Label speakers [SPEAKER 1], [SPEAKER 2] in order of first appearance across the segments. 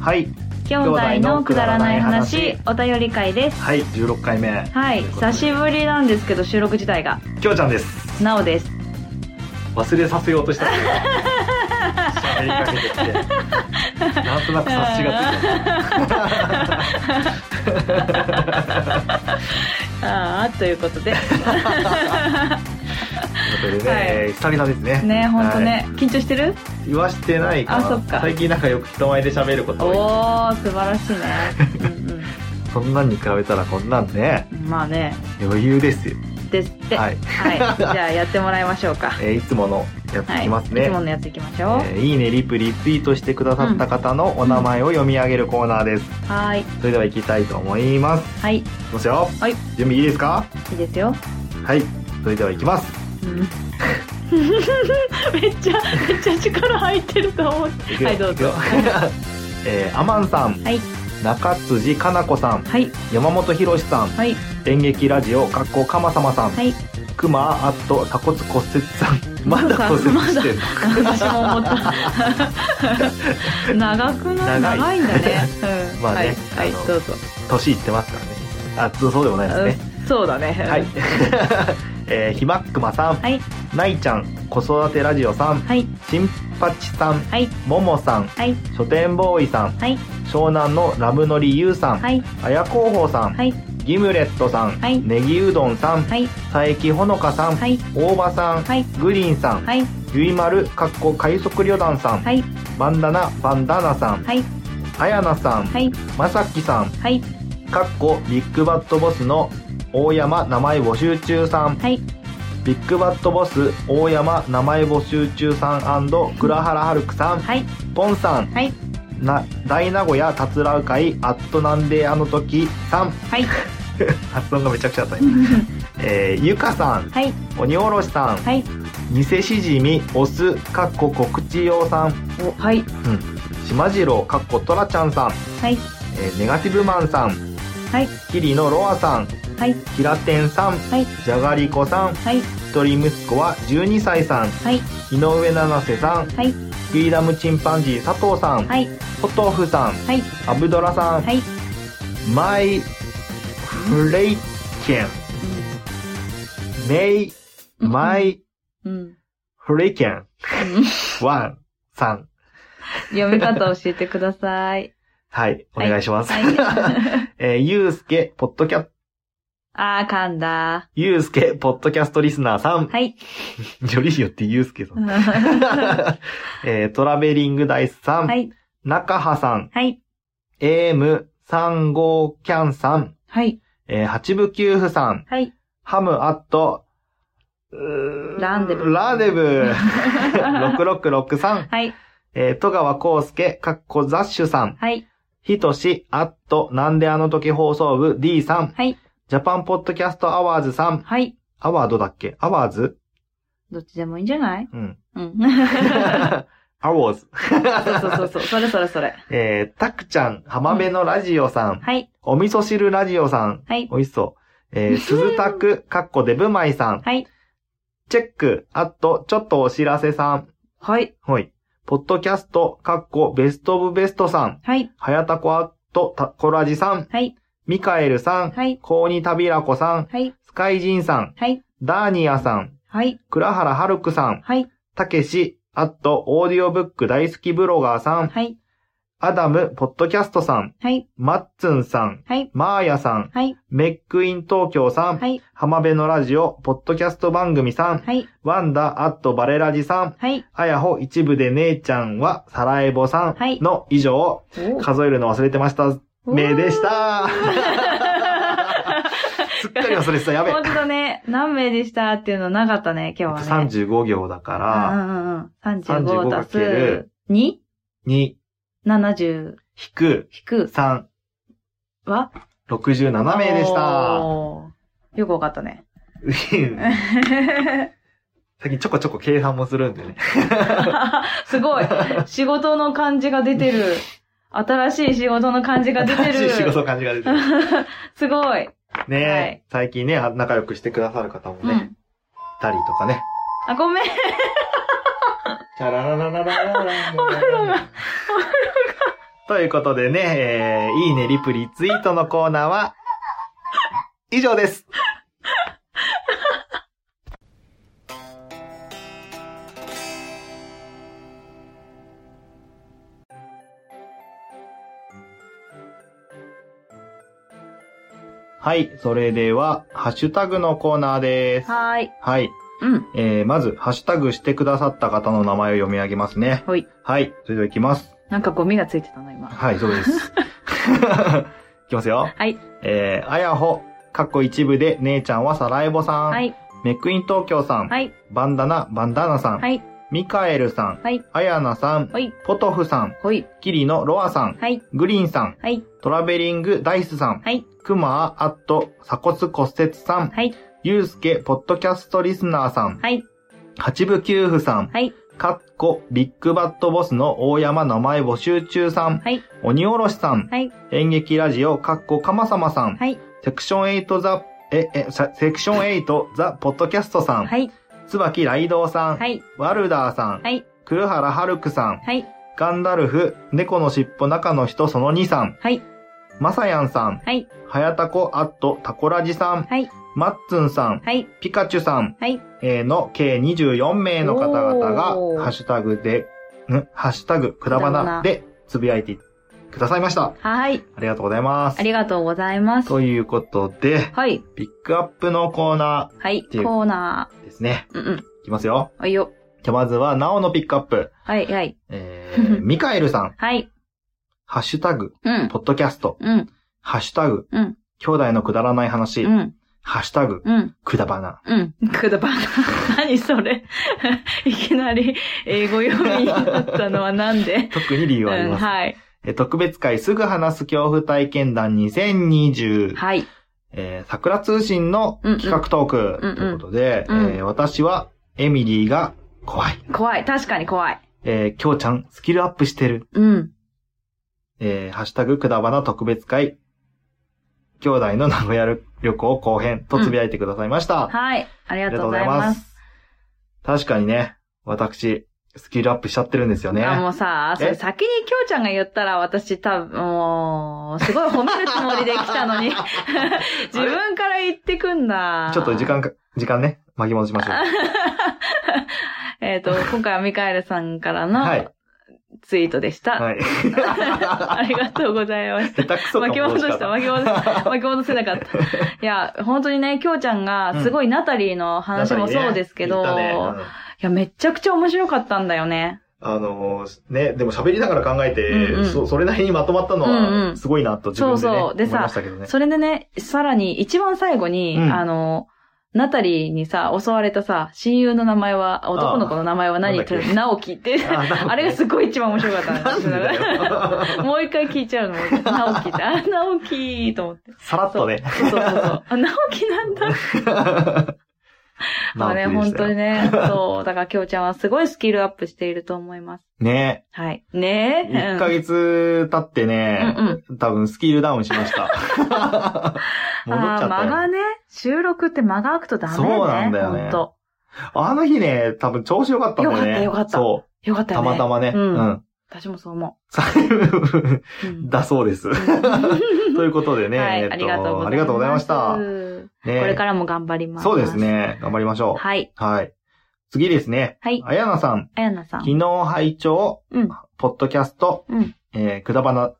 [SPEAKER 1] はい
[SPEAKER 2] 兄弟のくだらない話お便り会です
[SPEAKER 1] はい16回目
[SPEAKER 2] はい久しぶりなんですけど収録自体が
[SPEAKER 1] きょうちゃんです
[SPEAKER 2] なおです
[SPEAKER 1] 忘れさせよ うとした喋りかけてきてなんとなく察しがついた
[SPEAKER 2] ああということで
[SPEAKER 1] ということでね、
[SPEAKER 2] はい
[SPEAKER 1] えー久々ですね
[SPEAKER 2] ね本当
[SPEAKER 1] はい
[SPEAKER 2] ね緊張してる
[SPEAKER 1] 言わしてないかな
[SPEAKER 2] あそっか
[SPEAKER 1] 最近なんかよく人前で喋ること
[SPEAKER 2] お
[SPEAKER 1] が多
[SPEAKER 2] お素晴らしいねうん
[SPEAKER 1] いそんなんに比べたらこんなんね
[SPEAKER 2] うんまあね
[SPEAKER 1] 余裕ですよ
[SPEAKER 2] ですって
[SPEAKER 1] は
[SPEAKER 2] はいいじゃあやってもらいましょう か
[SPEAKER 1] えーいつものやっていきます
[SPEAKER 2] い
[SPEAKER 1] ね、
[SPEAKER 2] つものやっていきまし
[SPEAKER 1] え
[SPEAKER 2] ょ
[SPEAKER 1] ーいいねリプリツイートしてくださった方のお名前を読み上げるコーナーです、
[SPEAKER 2] うはい
[SPEAKER 1] それでは行きたいと思います
[SPEAKER 2] はいい
[SPEAKER 1] いきますよ、
[SPEAKER 2] はい
[SPEAKER 1] 準備いいですか
[SPEAKER 2] いですよ
[SPEAKER 1] はいそれでは行きます
[SPEAKER 2] うん めっちゃめっちゃ力入ってると思ってはいどうぞ
[SPEAKER 1] 行くよえーアマンさん
[SPEAKER 2] はい
[SPEAKER 1] 中辻かな子さん
[SPEAKER 2] はい
[SPEAKER 1] 山本博さん
[SPEAKER 2] はい
[SPEAKER 1] 演劇ラジオかっこかまさまさん、
[SPEAKER 2] はい
[SPEAKER 1] クマアット鎖骨骨折さんまだ骨折してる、
[SPEAKER 2] 私も思った。 長くない
[SPEAKER 1] 長
[SPEAKER 2] 長
[SPEAKER 1] い
[SPEAKER 2] いんだね。うん、
[SPEAKER 1] まあね
[SPEAKER 2] はい、はい
[SPEAKER 1] あの
[SPEAKER 2] どうぞ。
[SPEAKER 1] 年いってますからねあそうそうでもないですね
[SPEAKER 2] うんそうだね。
[SPEAKER 1] はい えー、ひまっくまさん、
[SPEAKER 2] はい
[SPEAKER 1] ないちゃん子育てラジオさん
[SPEAKER 2] はい
[SPEAKER 1] ちんぱちさん
[SPEAKER 2] はい
[SPEAKER 1] ももさん
[SPEAKER 2] はい
[SPEAKER 1] 書店ボーイさん
[SPEAKER 2] はい
[SPEAKER 1] 湘南のラムノリゆうさん、
[SPEAKER 2] はい
[SPEAKER 1] あやこうほうさん、
[SPEAKER 2] はい
[SPEAKER 1] ギムレットさん、
[SPEAKER 2] はい
[SPEAKER 1] ネギうどんさん、
[SPEAKER 2] はい
[SPEAKER 1] 佐伯ほのかさん、
[SPEAKER 2] はい
[SPEAKER 1] 大場さん、
[SPEAKER 2] はい
[SPEAKER 1] グリーンさん、
[SPEAKER 2] はい
[SPEAKER 1] ゆいまるかっこ快速旅団さん、
[SPEAKER 2] はい
[SPEAKER 1] バンダナバンダナさん、
[SPEAKER 2] はい
[SPEAKER 1] あやなさん、
[SPEAKER 2] はい
[SPEAKER 1] まさきさん、
[SPEAKER 2] はい
[SPEAKER 1] かっこビッグバッドボスの大山名前募集中さん、
[SPEAKER 2] はい
[SPEAKER 1] ビッグバッドボス大山名前募集中さん倉原はるくさん、
[SPEAKER 2] はい
[SPEAKER 1] ポンさん、
[SPEAKER 2] はい
[SPEAKER 1] な大名古屋たつらう会アットなんであの時さん、
[SPEAKER 2] はい
[SPEAKER 1] 発音がめちゃくちゃだった今、えー、ゆかさん、
[SPEAKER 2] はい
[SPEAKER 1] 鬼おろしさん、
[SPEAKER 2] はい
[SPEAKER 1] 偽しじみ、お酢、かっこ告知用さん、
[SPEAKER 2] おはい
[SPEAKER 1] しまじろう、かっこトラちゃんさん、
[SPEAKER 2] はい
[SPEAKER 1] えーネガティブマンさん、
[SPEAKER 2] はい
[SPEAKER 1] キリのロアさん、
[SPEAKER 2] はい
[SPEAKER 1] キラテンさん、
[SPEAKER 2] はい
[SPEAKER 1] じゃがりこさん、
[SPEAKER 2] はい
[SPEAKER 1] 一人息子は12歳さん、
[SPEAKER 2] はい
[SPEAKER 1] 井上七瀬さん、
[SPEAKER 2] はい
[SPEAKER 1] フリーダムチンパンジー佐藤さん、
[SPEAKER 2] はい
[SPEAKER 1] ポトフさん、
[SPEAKER 2] はい
[SPEAKER 1] アブドラさん、
[SPEAKER 2] はい
[SPEAKER 1] マイ、フレイケン、メイ、
[SPEAKER 2] うん
[SPEAKER 1] マイ、
[SPEAKER 2] うん
[SPEAKER 1] フレイケン、ワン、さん。
[SPEAKER 2] 読み方教えてください。
[SPEAKER 1] はい、お願いします。
[SPEAKER 2] はい。
[SPEAKER 1] えーゆうすけ、ポッドキャ、
[SPEAKER 2] あー、噛んだ。
[SPEAKER 1] ゆうすけ、ポッドキャストリスナーさん。
[SPEAKER 2] はい。
[SPEAKER 1] よりによってゆうすけさん。
[SPEAKER 2] は
[SPEAKER 1] えートラベリングダイスさん。
[SPEAKER 2] い。
[SPEAKER 1] 中葉さん。
[SPEAKER 2] はい。
[SPEAKER 1] AM35 キャンさん。
[SPEAKER 2] はい。
[SPEAKER 1] えー八部九夫さん。
[SPEAKER 2] はい。
[SPEAKER 1] ハムアット、うー
[SPEAKER 2] ランデブ
[SPEAKER 1] ランデブ !666 さん。
[SPEAKER 2] はい。
[SPEAKER 1] えー戸川康介、かっこザッシュさん。
[SPEAKER 2] はい。
[SPEAKER 1] ひとし、アット、なんであの時放送部 D さん。
[SPEAKER 2] はい。
[SPEAKER 1] ジャパンポッドキャストアワーズさん。
[SPEAKER 2] はい。
[SPEAKER 1] アワードだっけアワーズ
[SPEAKER 2] どっちでもいいんじゃない
[SPEAKER 1] うん。
[SPEAKER 2] うん。
[SPEAKER 1] アワーズ。
[SPEAKER 2] そうそうそうそう。それそれそれ。
[SPEAKER 1] えー、たくちゃん、浜辺のラジオさん、
[SPEAKER 2] はい。
[SPEAKER 1] お味噌汁ラジオさん、
[SPEAKER 2] はい。
[SPEAKER 1] 美味しそう。えー、鈴田く、かっこデブマイさん、
[SPEAKER 2] はい。
[SPEAKER 1] チェック、あと、ちょっとお知らせさん、
[SPEAKER 2] はい。
[SPEAKER 1] はい。ポッドキャスト、かっこベストオブベストさん、
[SPEAKER 2] はい。
[SPEAKER 1] はやたこあっと、たこらじさん、
[SPEAKER 2] はい。
[SPEAKER 1] ミカエルさん、
[SPEAKER 2] はい。
[SPEAKER 1] コーニタビラコさん、
[SPEAKER 2] はい。
[SPEAKER 1] スカイジンさん、
[SPEAKER 2] はい。
[SPEAKER 1] ダーニアさん、
[SPEAKER 2] はい。
[SPEAKER 1] 倉原はるくさん、
[SPEAKER 2] はい。
[SPEAKER 1] たけし、あと、オーディオブック大好きブロガーさん、
[SPEAKER 2] はい。
[SPEAKER 1] アダム、ポッドキャストさん、
[SPEAKER 2] はい。
[SPEAKER 1] マッツンさん、
[SPEAKER 2] はい。
[SPEAKER 1] マーヤさん、
[SPEAKER 2] はい。
[SPEAKER 1] メックイン東京さん、
[SPEAKER 2] はい。
[SPEAKER 1] 浜辺のラジオ、ポッドキャスト番組さん、
[SPEAKER 2] はい。
[SPEAKER 1] ワンダアットバレラジさん、
[SPEAKER 2] はい。
[SPEAKER 1] あやほ一部で姉ちゃんはサラエボさん
[SPEAKER 2] はい
[SPEAKER 1] の以上、数えるの忘れてました。名でし。 た。すっかり忘れてた。やべえ。
[SPEAKER 2] 本当だね。何名でしたっていうのなかったね、今日はね。
[SPEAKER 1] 35行だか
[SPEAKER 2] う
[SPEAKER 1] ら、
[SPEAKER 2] んうんうん。
[SPEAKER 1] 35
[SPEAKER 2] 35足
[SPEAKER 1] かける
[SPEAKER 2] す2、
[SPEAKER 1] 2、
[SPEAKER 2] 70
[SPEAKER 1] 引く、
[SPEAKER 2] 引く
[SPEAKER 1] 3、
[SPEAKER 2] は
[SPEAKER 1] 67名でした。
[SPEAKER 2] おーよくわかったね。
[SPEAKER 1] 最近ちょこちょこ計算もするんでね。
[SPEAKER 2] すごい。仕事の感じが出てる。新しい仕事の感じが出て
[SPEAKER 1] 新
[SPEAKER 2] る。
[SPEAKER 1] し い仕事の感じが出てる。
[SPEAKER 2] すごい。
[SPEAKER 1] ねえ、
[SPEAKER 2] はい
[SPEAKER 1] 最近ね、あ仲良くしてくださる方も
[SPEAKER 2] う
[SPEAKER 1] ね、い
[SPEAKER 2] ん。
[SPEAKER 1] たりとかね。
[SPEAKER 2] あ、ごめん。
[SPEAKER 1] チャララララララララララララということでね、えー、いいね、リプ、リツイートのコーナーは、以上です。はい、それでは、ハッシュタグのコーナーです。
[SPEAKER 2] はーい。
[SPEAKER 1] はい、
[SPEAKER 2] うん。
[SPEAKER 1] えー、まず、ハッシュタグしてくださった方の名前を読み上げますね。
[SPEAKER 2] ほい。
[SPEAKER 1] はい、それではいきます。
[SPEAKER 2] なんかゴミがついてたな、今。
[SPEAKER 1] はい、そうです。い きますよ。
[SPEAKER 2] はい。
[SPEAKER 1] えー、あやほ、かっこ一部で、姉ちゃんはサラエボさん。
[SPEAKER 2] はい。
[SPEAKER 1] メックイン東京さん。
[SPEAKER 2] はい。
[SPEAKER 1] バンダナ、バンダーナさん。
[SPEAKER 2] はい。
[SPEAKER 1] ミカエルさん。
[SPEAKER 2] はい。
[SPEAKER 1] あやなさん。
[SPEAKER 2] ほい。
[SPEAKER 1] ポトフさん。
[SPEAKER 2] ほい。
[SPEAKER 1] キリのロアさん。
[SPEAKER 2] はい。
[SPEAKER 1] グリーンさん。
[SPEAKER 2] はい。
[SPEAKER 1] トラベリングダイスさん。
[SPEAKER 2] はい。
[SPEAKER 1] クマアット、鎖骨骨折さん。
[SPEAKER 2] はい。
[SPEAKER 1] ユうスケ、ポッドキャストリスナーさん。
[SPEAKER 2] はい。
[SPEAKER 1] 八部九夫さん。
[SPEAKER 2] はい。
[SPEAKER 1] かっこ、ビッグバットボスの大山名前募集中さん。
[SPEAKER 2] はい。
[SPEAKER 1] 鬼おろしさん。
[SPEAKER 2] はい。
[SPEAKER 1] 演劇ラジオ、かっこかまさまさん。
[SPEAKER 2] はい。
[SPEAKER 1] セクション8ザ、え、え、さセクション8ザ、ポッドキャストさん。
[SPEAKER 2] はい。
[SPEAKER 1] 椿雷道さん。
[SPEAKER 2] はい。
[SPEAKER 1] ワルダーさん。
[SPEAKER 2] はい。
[SPEAKER 1] 黒原春樹さん。
[SPEAKER 2] はい。
[SPEAKER 1] ガンダルフ、猫の尻尾中の人その2さん。
[SPEAKER 2] はい。
[SPEAKER 1] まさやんさん。
[SPEAKER 2] はい。
[SPEAKER 1] はやたこアットタコラジさん。
[SPEAKER 2] はい。
[SPEAKER 1] まっつんさん。
[SPEAKER 2] はい。
[SPEAKER 1] ピカチュさん。
[SPEAKER 2] はい。
[SPEAKER 1] えーの計24名の方々が、
[SPEAKER 2] おー
[SPEAKER 1] ハッシュタグで、んハッシュタグ、くだば
[SPEAKER 2] くだば
[SPEAKER 1] な
[SPEAKER 2] な
[SPEAKER 1] でつぶやいてくださいました。
[SPEAKER 2] はい。
[SPEAKER 1] ありがとうございます
[SPEAKER 2] あ。りがとうございます。
[SPEAKER 1] ということで、
[SPEAKER 2] はい。
[SPEAKER 1] ピックアップのコーナ
[SPEAKER 2] はい。
[SPEAKER 1] ていう
[SPEAKER 2] コーナ
[SPEAKER 1] ーですね。
[SPEAKER 2] ー。うんうん。
[SPEAKER 1] いきますよ。
[SPEAKER 2] はいよ。
[SPEAKER 1] じゃ、まずは、なおのピックアップ。
[SPEAKER 2] はい。はい。
[SPEAKER 1] え ー、ミカエルさん、
[SPEAKER 2] はい。
[SPEAKER 1] ハッシュタグ、
[SPEAKER 2] うん。
[SPEAKER 1] ポッドキャスト、
[SPEAKER 2] うん。
[SPEAKER 1] ハッシュタグ、
[SPEAKER 2] うん
[SPEAKER 1] 兄弟のくだらない話、
[SPEAKER 2] うん。
[SPEAKER 1] ハッシュタグ、
[SPEAKER 2] うん。
[SPEAKER 1] くだばな。
[SPEAKER 2] うん。くだばな。 何それ。 いきなり英語読みになったのはなんで
[SPEAKER 1] 特に理由はあり
[SPEAKER 2] うん、
[SPEAKER 1] ます。
[SPEAKER 2] はい。
[SPEAKER 1] えー特別会すぐ話す恐怖体験談2020、
[SPEAKER 2] はい。
[SPEAKER 1] えー桜通信の企画トーク
[SPEAKER 2] うんうん
[SPEAKER 1] ということで、
[SPEAKER 2] うんうん
[SPEAKER 1] えー私はエミリーが怖い。
[SPEAKER 2] 怖い。確かに怖い。
[SPEAKER 1] えー、きょうちゃんスキルアップしてる。
[SPEAKER 2] うん。
[SPEAKER 1] えー、ハッシュタグくだばな特別会。兄弟の名古屋旅行後編とつぶやいてくださいました。あ
[SPEAKER 2] はい。ありが
[SPEAKER 1] り
[SPEAKER 2] とうございます。
[SPEAKER 1] す。確かにね、私、スキルアップしちゃってるんですよね。
[SPEAKER 2] あ、もうさ、そ
[SPEAKER 1] え
[SPEAKER 2] れ先にきょうちゃんが言ったら私多分、もう、すごい褒めるつもりで来たの に。自分から言ってくんだ。
[SPEAKER 1] ちょっと時。間か、時間ね、巻き戻しましょう。
[SPEAKER 2] えっと、今回はミカエルさんから
[SPEAKER 1] はい
[SPEAKER 2] の。ツイートでした。
[SPEAKER 1] はい。
[SPEAKER 2] ありがとうございました
[SPEAKER 1] 下手くそか
[SPEAKER 2] 巻き戻した、
[SPEAKER 1] も
[SPEAKER 2] 巻き戻した、巻き戻せなかった。いや、本当にね、きょうちゃんが、すごいナタリーの話もそうですけど、
[SPEAKER 1] 言った
[SPEAKER 2] い
[SPEAKER 1] ねうん
[SPEAKER 2] や、めちゃくちゃ面白かったんだよね。
[SPEAKER 1] あのーね、でも喋りながら考えて、
[SPEAKER 2] うんうん
[SPEAKER 1] そ、それなりにまとまったの
[SPEAKER 2] うんう
[SPEAKER 1] は、
[SPEAKER 2] ん
[SPEAKER 1] すごいなと自分でね、
[SPEAKER 2] そうそうでさ
[SPEAKER 1] 思いましたけどね。
[SPEAKER 2] それでね、さらに、一番最後に、
[SPEAKER 1] うん
[SPEAKER 2] あの、ナタリーにさ、襲われたさ、親友の名前は、男の子の名前は何
[SPEAKER 1] あ
[SPEAKER 2] って
[SPEAKER 1] なんだっけ
[SPEAKER 2] 直樹って。あれがすごい一番面白かった
[SPEAKER 1] なん
[SPEAKER 2] んです
[SPEAKER 1] だよ
[SPEAKER 2] もう一回聞いちゃうの。直樹って。あ、直樹と思って。
[SPEAKER 1] さらっとね。
[SPEAKER 2] そうそうそう。あ、直樹なんだ。 まあね、本当に
[SPEAKER 1] ね。
[SPEAKER 2] ね。そう。だから、きょうちゃんはすごいスキルアップしていると思います。
[SPEAKER 1] ね
[SPEAKER 2] はい。ねえ。
[SPEAKER 1] 1ヶ月経ってね、
[SPEAKER 2] うんうん。
[SPEAKER 1] 多分スキルダウンしま した。戻っ
[SPEAKER 2] あ
[SPEAKER 1] ちゃ
[SPEAKER 2] あー、
[SPEAKER 1] った
[SPEAKER 2] 間が
[SPEAKER 1] よ。
[SPEAKER 2] ね、収録って間が空くとダメね。
[SPEAKER 1] そうなんだよね
[SPEAKER 2] ほんと
[SPEAKER 1] あの日ね、多分調子良かったんだよね。
[SPEAKER 2] 良かった良かった
[SPEAKER 1] そ
[SPEAKER 2] よかっ
[SPEAKER 1] う。
[SPEAKER 2] た
[SPEAKER 1] た
[SPEAKER 2] よね。
[SPEAKER 1] またまね。
[SPEAKER 2] うん
[SPEAKER 1] うん。
[SPEAKER 2] 私もそう思う。うん
[SPEAKER 1] だそう です。ということでね、
[SPEAKER 2] は
[SPEAKER 1] えっ
[SPEAKER 2] い、
[SPEAKER 1] と
[SPEAKER 2] ありがとうございます。
[SPEAKER 1] ありがとうございました。
[SPEAKER 2] これ
[SPEAKER 1] ね
[SPEAKER 2] からも頑張ります。
[SPEAKER 1] そうです。ね。頑張りましょう。
[SPEAKER 2] はい。
[SPEAKER 1] はい。次ですね。
[SPEAKER 2] はい。
[SPEAKER 1] あやなさん、
[SPEAKER 2] あやなさん。
[SPEAKER 1] 昨日拝聴、
[SPEAKER 2] うん。
[SPEAKER 1] ポッドキャスト、
[SPEAKER 2] うん。
[SPEAKER 1] えー、くだばな、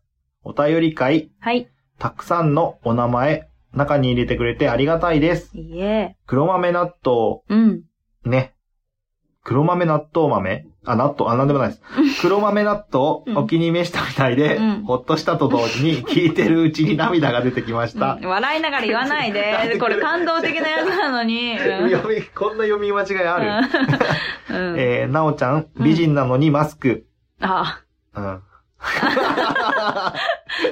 [SPEAKER 1] お便り会、
[SPEAKER 2] はい。
[SPEAKER 1] たくさんのお名前、中に入れてくれてありがたいです。
[SPEAKER 2] いえ。
[SPEAKER 1] 黒豆納豆、
[SPEAKER 2] うん。
[SPEAKER 1] ね。黒豆納豆豆あ、納豆、あ、なんでもない です。黒豆納豆
[SPEAKER 2] うん
[SPEAKER 1] お気に召したみたいで、
[SPEAKER 2] うん
[SPEAKER 1] ほっとしたと同時 に聞いてるうちに涙が出てきまし
[SPEAKER 2] うん
[SPEAKER 1] た。
[SPEAKER 2] 笑いながら言わな いで。これ感動的なやつなのに。うん
[SPEAKER 1] 読み、こんな読み間違いある、
[SPEAKER 2] うんうん。
[SPEAKER 1] えー、なおちゃん、美人なのにマスク。
[SPEAKER 2] あ
[SPEAKER 1] うん。
[SPEAKER 2] あ、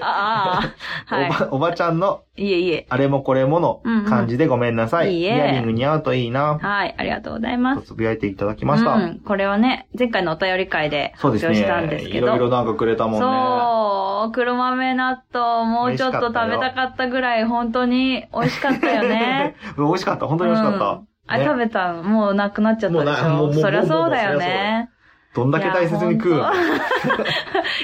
[SPEAKER 2] ああ、
[SPEAKER 1] お
[SPEAKER 2] は
[SPEAKER 1] ば、おばちゃんの
[SPEAKER 2] い。いえいえ。
[SPEAKER 1] あれもこれもの
[SPEAKER 2] うんうん
[SPEAKER 1] 感じでごめんなさい。
[SPEAKER 2] いい
[SPEAKER 1] イ
[SPEAKER 2] え
[SPEAKER 1] ヤリングに合うといいな、
[SPEAKER 2] はい、ありがとうござい
[SPEAKER 1] と
[SPEAKER 2] ます。
[SPEAKER 1] つぶやいていただきました。
[SPEAKER 2] うん、これはね、前回のお便り会で
[SPEAKER 1] そう
[SPEAKER 2] 発
[SPEAKER 1] です
[SPEAKER 2] 表
[SPEAKER 1] ね。
[SPEAKER 2] したんですけ
[SPEAKER 1] い
[SPEAKER 2] ど。
[SPEAKER 1] ろいろなんかくれたもんね。
[SPEAKER 2] そう、黒豆納豆、もうちょっと食べたかったぐらい、本当に美味しかったよね。
[SPEAKER 1] 美味しかった。 本当に美味しかった。
[SPEAKER 2] うんあ
[SPEAKER 1] ね
[SPEAKER 2] れ食べたのもうなくなっちゃったでし
[SPEAKER 1] もうなもうも
[SPEAKER 2] ょ
[SPEAKER 1] う
[SPEAKER 2] そりゃそうだよ
[SPEAKER 1] もうもうもうそりゃ
[SPEAKER 2] ね。
[SPEAKER 1] どんだけ大切に食うの
[SPEAKER 2] いや。ほん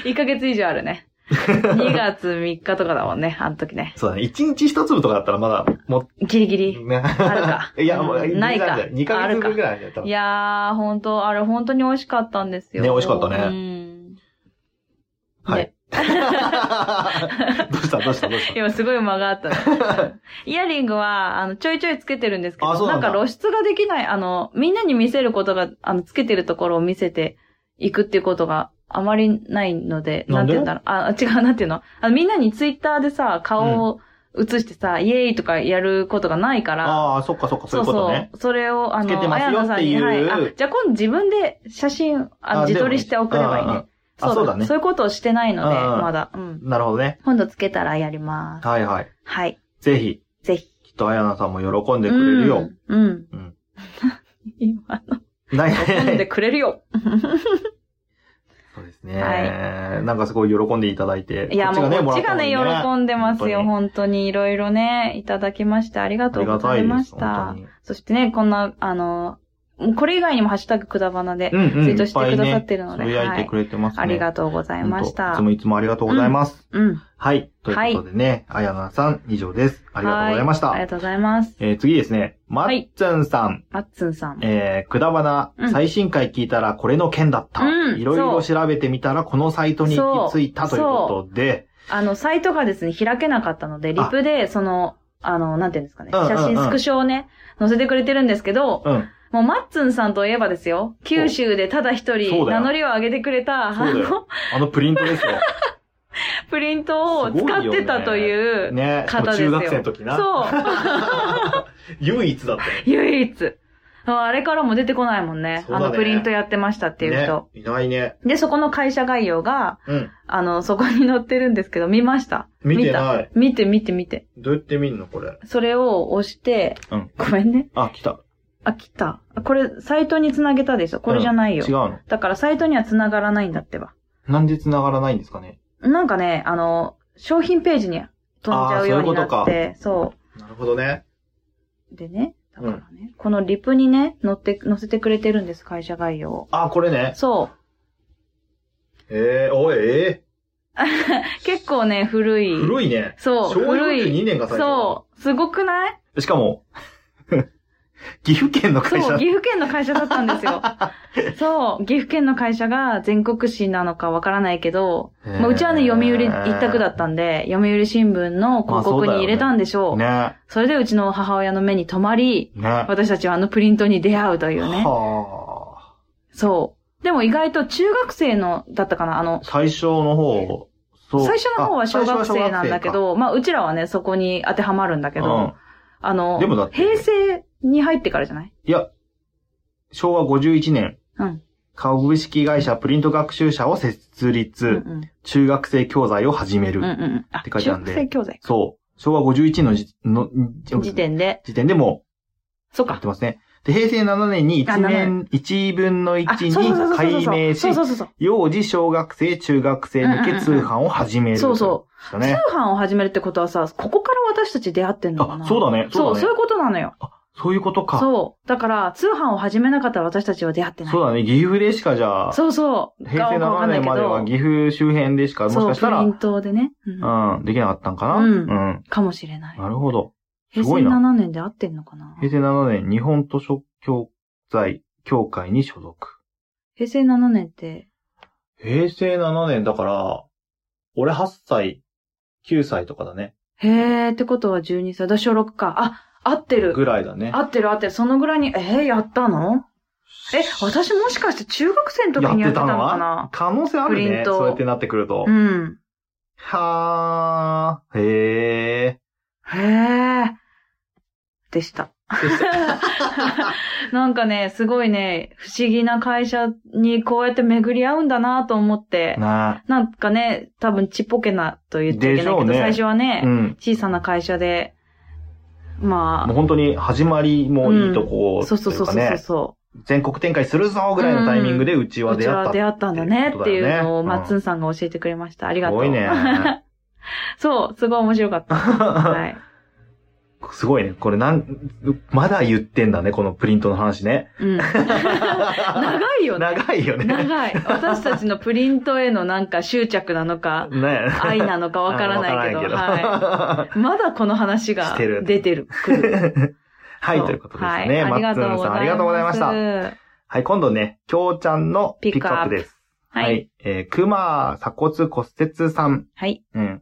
[SPEAKER 2] と一ヶ月以上あるね。 2月3日とかだもんね、あの時ね。
[SPEAKER 1] そうだね。一日一粒とかだったらまだ、も
[SPEAKER 2] ギリギリ。
[SPEAKER 1] ね。
[SPEAKER 2] あるか
[SPEAKER 1] いや、
[SPEAKER 2] うん
[SPEAKER 1] もう、
[SPEAKER 2] ないか
[SPEAKER 1] 2ヶ月分ぐらいだよ、多
[SPEAKER 2] い
[SPEAKER 1] 分。
[SPEAKER 2] やー、本当あれ本当に美味しかったんですよ。
[SPEAKER 1] ね美味しかったね
[SPEAKER 2] うん。
[SPEAKER 1] はい。 どうしたどうしたどう した
[SPEAKER 2] 今すごい間が あったねイヤリングは、あの、ちょいちょいつけてるんですけど、
[SPEAKER 1] あそう
[SPEAKER 2] な
[SPEAKER 1] なん
[SPEAKER 2] ん
[SPEAKER 1] だ
[SPEAKER 2] か露出ができない、あの、みんなに見せることが、あの、つけてるところを見せていくっていうことがあまりないので、
[SPEAKER 1] なんで
[SPEAKER 2] て言うんだろう。あ、違う、なんていうのあのみんなにツイッターでさ、顔を映してさ、イエーイとかやることがないから、
[SPEAKER 1] ああ、そっかそっか、そういうことね。
[SPEAKER 2] そうそう。それを、あ
[SPEAKER 1] つけて
[SPEAKER 2] の、
[SPEAKER 1] ますよ
[SPEAKER 2] 綾野さんに、
[SPEAKER 1] っていう
[SPEAKER 2] はい。あ、じゃあ今度自分で写真、あ
[SPEAKER 1] あ
[SPEAKER 2] 自撮りして送ればいい
[SPEAKER 1] でも
[SPEAKER 2] ね。
[SPEAKER 1] あああそうだね
[SPEAKER 2] そういうことをしてないので、
[SPEAKER 1] うんうん
[SPEAKER 2] まだ。うん。
[SPEAKER 1] なるほどね。
[SPEAKER 2] 今度つけたらやります。
[SPEAKER 1] はいはい。
[SPEAKER 2] はい。
[SPEAKER 1] ぜひ、
[SPEAKER 2] ぜひ。
[SPEAKER 1] きっと、あやなさんも喜んでくれるよ。
[SPEAKER 2] うん。うん。
[SPEAKER 1] うん
[SPEAKER 2] 今、
[SPEAKER 1] ない
[SPEAKER 2] 喜んで
[SPEAKER 1] ね。
[SPEAKER 2] くれ るよ。
[SPEAKER 1] そうですね。なんかすごい喜んでいただいて。
[SPEAKER 2] いや、もうこっちがね、
[SPEAKER 1] もらったの
[SPEAKER 2] 喜んでますよ。
[SPEAKER 1] 本
[SPEAKER 2] 本当にいろいろね、いただきまして、ありが
[SPEAKER 1] 当
[SPEAKER 2] と
[SPEAKER 1] に
[SPEAKER 2] うござ
[SPEAKER 1] あ
[SPEAKER 2] い
[SPEAKER 1] りがたい
[SPEAKER 2] ま
[SPEAKER 1] で
[SPEAKER 2] し
[SPEAKER 1] す。本
[SPEAKER 2] た
[SPEAKER 1] 当。に。
[SPEAKER 2] そしてね、こんな、あの、もうこれ以外にもハッシュタグくだばなで
[SPEAKER 1] う、んうん。
[SPEAKER 2] ツイートして
[SPEAKER 1] い
[SPEAKER 2] く
[SPEAKER 1] ぱ
[SPEAKER 2] だ
[SPEAKER 1] いね
[SPEAKER 2] さってるので、
[SPEAKER 1] つぶやい
[SPEAKER 2] は
[SPEAKER 1] て
[SPEAKER 2] い
[SPEAKER 1] く。れてますね。
[SPEAKER 2] ありがとうございま
[SPEAKER 1] 本
[SPEAKER 2] し
[SPEAKER 1] 当い
[SPEAKER 2] た
[SPEAKER 1] つ。もいつもありがとうございます。
[SPEAKER 2] うん。
[SPEAKER 1] はい。ということでね、あやなさん、以上です。あ
[SPEAKER 2] あ
[SPEAKER 1] りがとうございました。
[SPEAKER 2] ありがとうございます。
[SPEAKER 1] えー次ですね、まっ
[SPEAKER 2] い
[SPEAKER 1] つんさん、
[SPEAKER 2] マッツンさん。
[SPEAKER 1] えー、くだばな
[SPEAKER 2] うん、
[SPEAKER 1] 最新回聞いたらこれの件だった。
[SPEAKER 2] うん
[SPEAKER 1] いろいろ調べてみたらこのサイトに行き着いた
[SPEAKER 2] そ
[SPEAKER 1] と
[SPEAKER 2] う
[SPEAKER 1] いうことで、
[SPEAKER 2] あの、サイトがですね、開けなかったので、リプで、その、あの、なんていうんですかね、
[SPEAKER 1] うんうんうん
[SPEAKER 2] 写真、スクショをね、載せてくれてるんですけど、
[SPEAKER 1] うん。
[SPEAKER 2] もう、マッツンさんといえばですよ、九州でただ一
[SPEAKER 1] そ
[SPEAKER 2] 人、
[SPEAKER 1] うだ
[SPEAKER 2] 名
[SPEAKER 1] よ
[SPEAKER 2] 乗りを上げてくれた、あ
[SPEAKER 1] そうだよ
[SPEAKER 2] の、
[SPEAKER 1] あのプリント ですよ。
[SPEAKER 2] プリントを使ってたという、
[SPEAKER 1] ね。しか
[SPEAKER 2] 方
[SPEAKER 1] も
[SPEAKER 2] ですよ
[SPEAKER 1] 中学生の時な。
[SPEAKER 2] そう
[SPEAKER 1] 唯一だったよ
[SPEAKER 2] 唯一。ああれからも出てこないもんね
[SPEAKER 1] そう
[SPEAKER 2] あ
[SPEAKER 1] だね
[SPEAKER 2] の、プリントやってましたっていう人。
[SPEAKER 1] ね。いないね。
[SPEAKER 2] で、そこの会社概要が、
[SPEAKER 1] うん。
[SPEAKER 2] あの、そこに載ってるんですけど、見ました。
[SPEAKER 1] 見てない
[SPEAKER 2] 見た見て見て見て。
[SPEAKER 1] どうやって見んのこれ。
[SPEAKER 2] それを押して、
[SPEAKER 1] うん
[SPEAKER 2] ごめんね。
[SPEAKER 1] あ、来た。
[SPEAKER 2] あ、来た。これ、サイトにつなげたでしょこれじゃないよ。
[SPEAKER 1] 違うの。
[SPEAKER 2] だから、サイトにはつながらないんだってば。
[SPEAKER 1] なんで繋がらないんですかね。
[SPEAKER 2] なんかね、あの、商品ページに飛んじゃうようにな
[SPEAKER 1] あ
[SPEAKER 2] っ
[SPEAKER 1] ーそう
[SPEAKER 2] て、そう
[SPEAKER 1] なるほどね。
[SPEAKER 2] でね、だからね、このリプにね、載って、載せてくれてるんです、会社概要を。
[SPEAKER 1] あ、これね。
[SPEAKER 2] そう。
[SPEAKER 1] えー、おい、え
[SPEAKER 2] 結構ね、古い。
[SPEAKER 1] ー、古いね。
[SPEAKER 2] そう、
[SPEAKER 1] 昭和
[SPEAKER 2] 古い。
[SPEAKER 1] 42年が最初。。
[SPEAKER 2] そう、すごくないう
[SPEAKER 1] しかも、 岐阜県の
[SPEAKER 2] そ
[SPEAKER 1] 会社
[SPEAKER 2] う、岐阜県の会社だったんです よ。そう、岐阜県の会社が全国紙なのかわからないけど、まあ、うちはね、読売一択だったんで、読売新聞の広告に入れたんでしょう。そ
[SPEAKER 1] ね。
[SPEAKER 2] れでうちの母親の目に留まり、
[SPEAKER 1] ね。は
[SPEAKER 2] 私たちはあのプリントに出会うというね。
[SPEAKER 1] あ。
[SPEAKER 2] そう。でも意外と中学生の、だったかなあの、
[SPEAKER 1] 最初の方、そう
[SPEAKER 2] 最初の方は
[SPEAKER 1] あ最
[SPEAKER 2] 小
[SPEAKER 1] 初
[SPEAKER 2] 学
[SPEAKER 1] は小学
[SPEAKER 2] 生なんだけど、まあ、うちらはね、そこに当てはまるんだけ
[SPEAKER 1] 生
[SPEAKER 2] ど、
[SPEAKER 1] か、うん
[SPEAKER 2] あの、
[SPEAKER 1] でもだって
[SPEAKER 2] 平成に入ってからじゃない
[SPEAKER 1] いや、昭和51年、
[SPEAKER 2] うん
[SPEAKER 1] 株式会社プリント学習社を設立、
[SPEAKER 2] うんうん。
[SPEAKER 1] 中学生教材を始める。
[SPEAKER 2] うんうん。あ、
[SPEAKER 1] って書いて
[SPEAKER 2] 中
[SPEAKER 1] あるん
[SPEAKER 2] 学
[SPEAKER 1] で
[SPEAKER 2] 生教材。
[SPEAKER 1] そう。昭和51のじの
[SPEAKER 2] 時点で。
[SPEAKER 1] 時点でも
[SPEAKER 2] そう
[SPEAKER 1] うやっ
[SPEAKER 2] か
[SPEAKER 1] て。ますね。で、平成7年に
[SPEAKER 2] あ
[SPEAKER 1] 1
[SPEAKER 2] 7
[SPEAKER 1] 年、1分の
[SPEAKER 2] あ、
[SPEAKER 1] 1
[SPEAKER 2] そうそうそうそう
[SPEAKER 1] に改名し
[SPEAKER 2] そう、そうそうそう。
[SPEAKER 1] 幼児小学生、中学生向け通販を始める。。
[SPEAKER 2] そうそう
[SPEAKER 1] ね。
[SPEAKER 2] 通販を始めるってことはさ、ここから私たち出会ってんのかな
[SPEAKER 1] あ、そうだね。
[SPEAKER 2] そ
[SPEAKER 1] そう
[SPEAKER 2] う、
[SPEAKER 1] だ
[SPEAKER 2] そう
[SPEAKER 1] ね
[SPEAKER 2] いう。ことなのよ。
[SPEAKER 1] そういうことか。
[SPEAKER 2] そう。だから、通販を始めなかったら私たちは出会ってない。
[SPEAKER 1] そうだね。岐阜でしかじゃあ、
[SPEAKER 2] そうそう。
[SPEAKER 1] 平成
[SPEAKER 2] かわか
[SPEAKER 1] 7
[SPEAKER 2] んない
[SPEAKER 1] 年
[SPEAKER 2] けど
[SPEAKER 1] までは岐阜周辺でしか、もしかしたら、
[SPEAKER 2] そう、プリ
[SPEAKER 1] う
[SPEAKER 2] ントでね。うん
[SPEAKER 1] ん、できなかったんかな。
[SPEAKER 2] う
[SPEAKER 1] うんん。
[SPEAKER 2] かもしれない。
[SPEAKER 1] なるほど。す
[SPEAKER 2] 平成
[SPEAKER 1] ごいな。
[SPEAKER 2] 7年で合ってんのかな
[SPEAKER 1] 平成7年、日本図書教材協会に所属。
[SPEAKER 2] 平成7年って、
[SPEAKER 1] 平成7年だから、俺8歳、9歳とかだね。
[SPEAKER 2] へえーってことは12歳。だ、小6か。あ、合ってる。
[SPEAKER 1] ぐらいだね。
[SPEAKER 2] 合ってる合ってる。そのぐらいに、えー、やったのえ、私もしかして中学生の時にやってたのか
[SPEAKER 1] は
[SPEAKER 2] な
[SPEAKER 1] 可能性ある
[SPEAKER 2] プリン
[SPEAKER 1] ね。
[SPEAKER 2] ト
[SPEAKER 1] そうやってなってくると。
[SPEAKER 2] うん。
[SPEAKER 1] はー。へー。
[SPEAKER 2] へえーでした。 なんかね、すごいね、不思議な会社にこうやって巡り合うんだなと思って、
[SPEAKER 1] な
[SPEAKER 2] なんかね、多分ちっぽけなと言っちゃいけない
[SPEAKER 1] でしょう
[SPEAKER 2] けど、
[SPEAKER 1] ね
[SPEAKER 2] 最初はね、
[SPEAKER 1] うん。
[SPEAKER 2] 小さな会社で、ま
[SPEAKER 1] もう
[SPEAKER 2] あ、
[SPEAKER 1] 本当に始まりもいいとこ、
[SPEAKER 2] そう
[SPEAKER 1] と
[SPEAKER 2] そう
[SPEAKER 1] い
[SPEAKER 2] そうう
[SPEAKER 1] か
[SPEAKER 2] そうそう
[SPEAKER 1] ね、
[SPEAKER 2] そ
[SPEAKER 1] 全国展開するぞぐらいのタイミングでうち
[SPEAKER 2] う。
[SPEAKER 1] は
[SPEAKER 2] う
[SPEAKER 1] 出
[SPEAKER 2] ち
[SPEAKER 1] 会
[SPEAKER 2] は
[SPEAKER 1] った。
[SPEAKER 2] 出会ったんだねっていうのを、
[SPEAKER 1] うん
[SPEAKER 2] マッツンさんが教えてくれました。ありが
[SPEAKER 1] す
[SPEAKER 2] とう。
[SPEAKER 1] ごいね。
[SPEAKER 2] そう、すごい面白かった。はい。
[SPEAKER 1] すごいね。これなん、まだ言ってんだね、このプリントの話ね。
[SPEAKER 2] うん。長いよね。
[SPEAKER 1] 長いよね。
[SPEAKER 2] 長い。私たちのプリントへのなんか執着なのか、
[SPEAKER 1] ね
[SPEAKER 2] 愛なのかわからないけど、
[SPEAKER 1] わから
[SPEAKER 2] は。
[SPEAKER 1] ない
[SPEAKER 2] まだこの話が
[SPEAKER 1] してる
[SPEAKER 2] 出てる。く
[SPEAKER 1] いけど
[SPEAKER 2] る
[SPEAKER 1] はい、
[SPEAKER 2] そう
[SPEAKER 1] ということですね。
[SPEAKER 2] はい、
[SPEAKER 1] マ
[SPEAKER 2] あり
[SPEAKER 1] ッ
[SPEAKER 2] が
[SPEAKER 1] ツ
[SPEAKER 2] とう
[SPEAKER 1] ン
[SPEAKER 2] ご
[SPEAKER 1] さ
[SPEAKER 2] ざ
[SPEAKER 1] ん、
[SPEAKER 2] います。
[SPEAKER 1] ありがとうございました。はい、今度ね、きょうちゃんのピックアップです。
[SPEAKER 2] は。
[SPEAKER 1] はいい。えー、熊鎖骨骨折さん。
[SPEAKER 2] はい。
[SPEAKER 1] うん。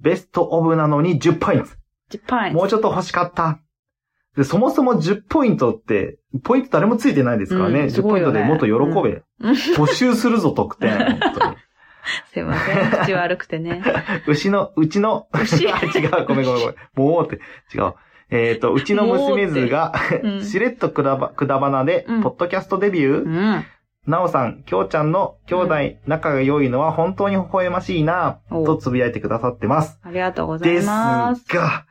[SPEAKER 1] ベストオブなのに10ポイント。
[SPEAKER 2] ジャパン。
[SPEAKER 1] もうちょっと欲しかった。でそもそも10ポイントって、ポイント誰もついてないですからね。
[SPEAKER 2] うんす
[SPEAKER 1] 10ポ
[SPEAKER 2] ご
[SPEAKER 1] イ
[SPEAKER 2] い
[SPEAKER 1] ント
[SPEAKER 2] よね
[SPEAKER 1] でもっと喜べ。
[SPEAKER 2] うん
[SPEAKER 1] 募集するぞ、特典。本当に
[SPEAKER 2] すいませ ん。口悪くてね。
[SPEAKER 1] 牛の、うち の、
[SPEAKER 2] 牛
[SPEAKER 1] あ違う、ごめんごめんごめん。もうって、違う。えっ、と、うちの娘図が、
[SPEAKER 2] うん
[SPEAKER 1] しれっとくだば、くだばなで、
[SPEAKER 2] うん
[SPEAKER 1] ポッドキャストデビュー、
[SPEAKER 2] うん。
[SPEAKER 1] なおさん、きょうちゃんの兄弟、仲が良いのは本当に微笑ましいな、
[SPEAKER 2] お
[SPEAKER 1] とつぶやいてくださってます。
[SPEAKER 2] ありがとうござ
[SPEAKER 1] で
[SPEAKER 2] い
[SPEAKER 1] す
[SPEAKER 2] ます。
[SPEAKER 1] が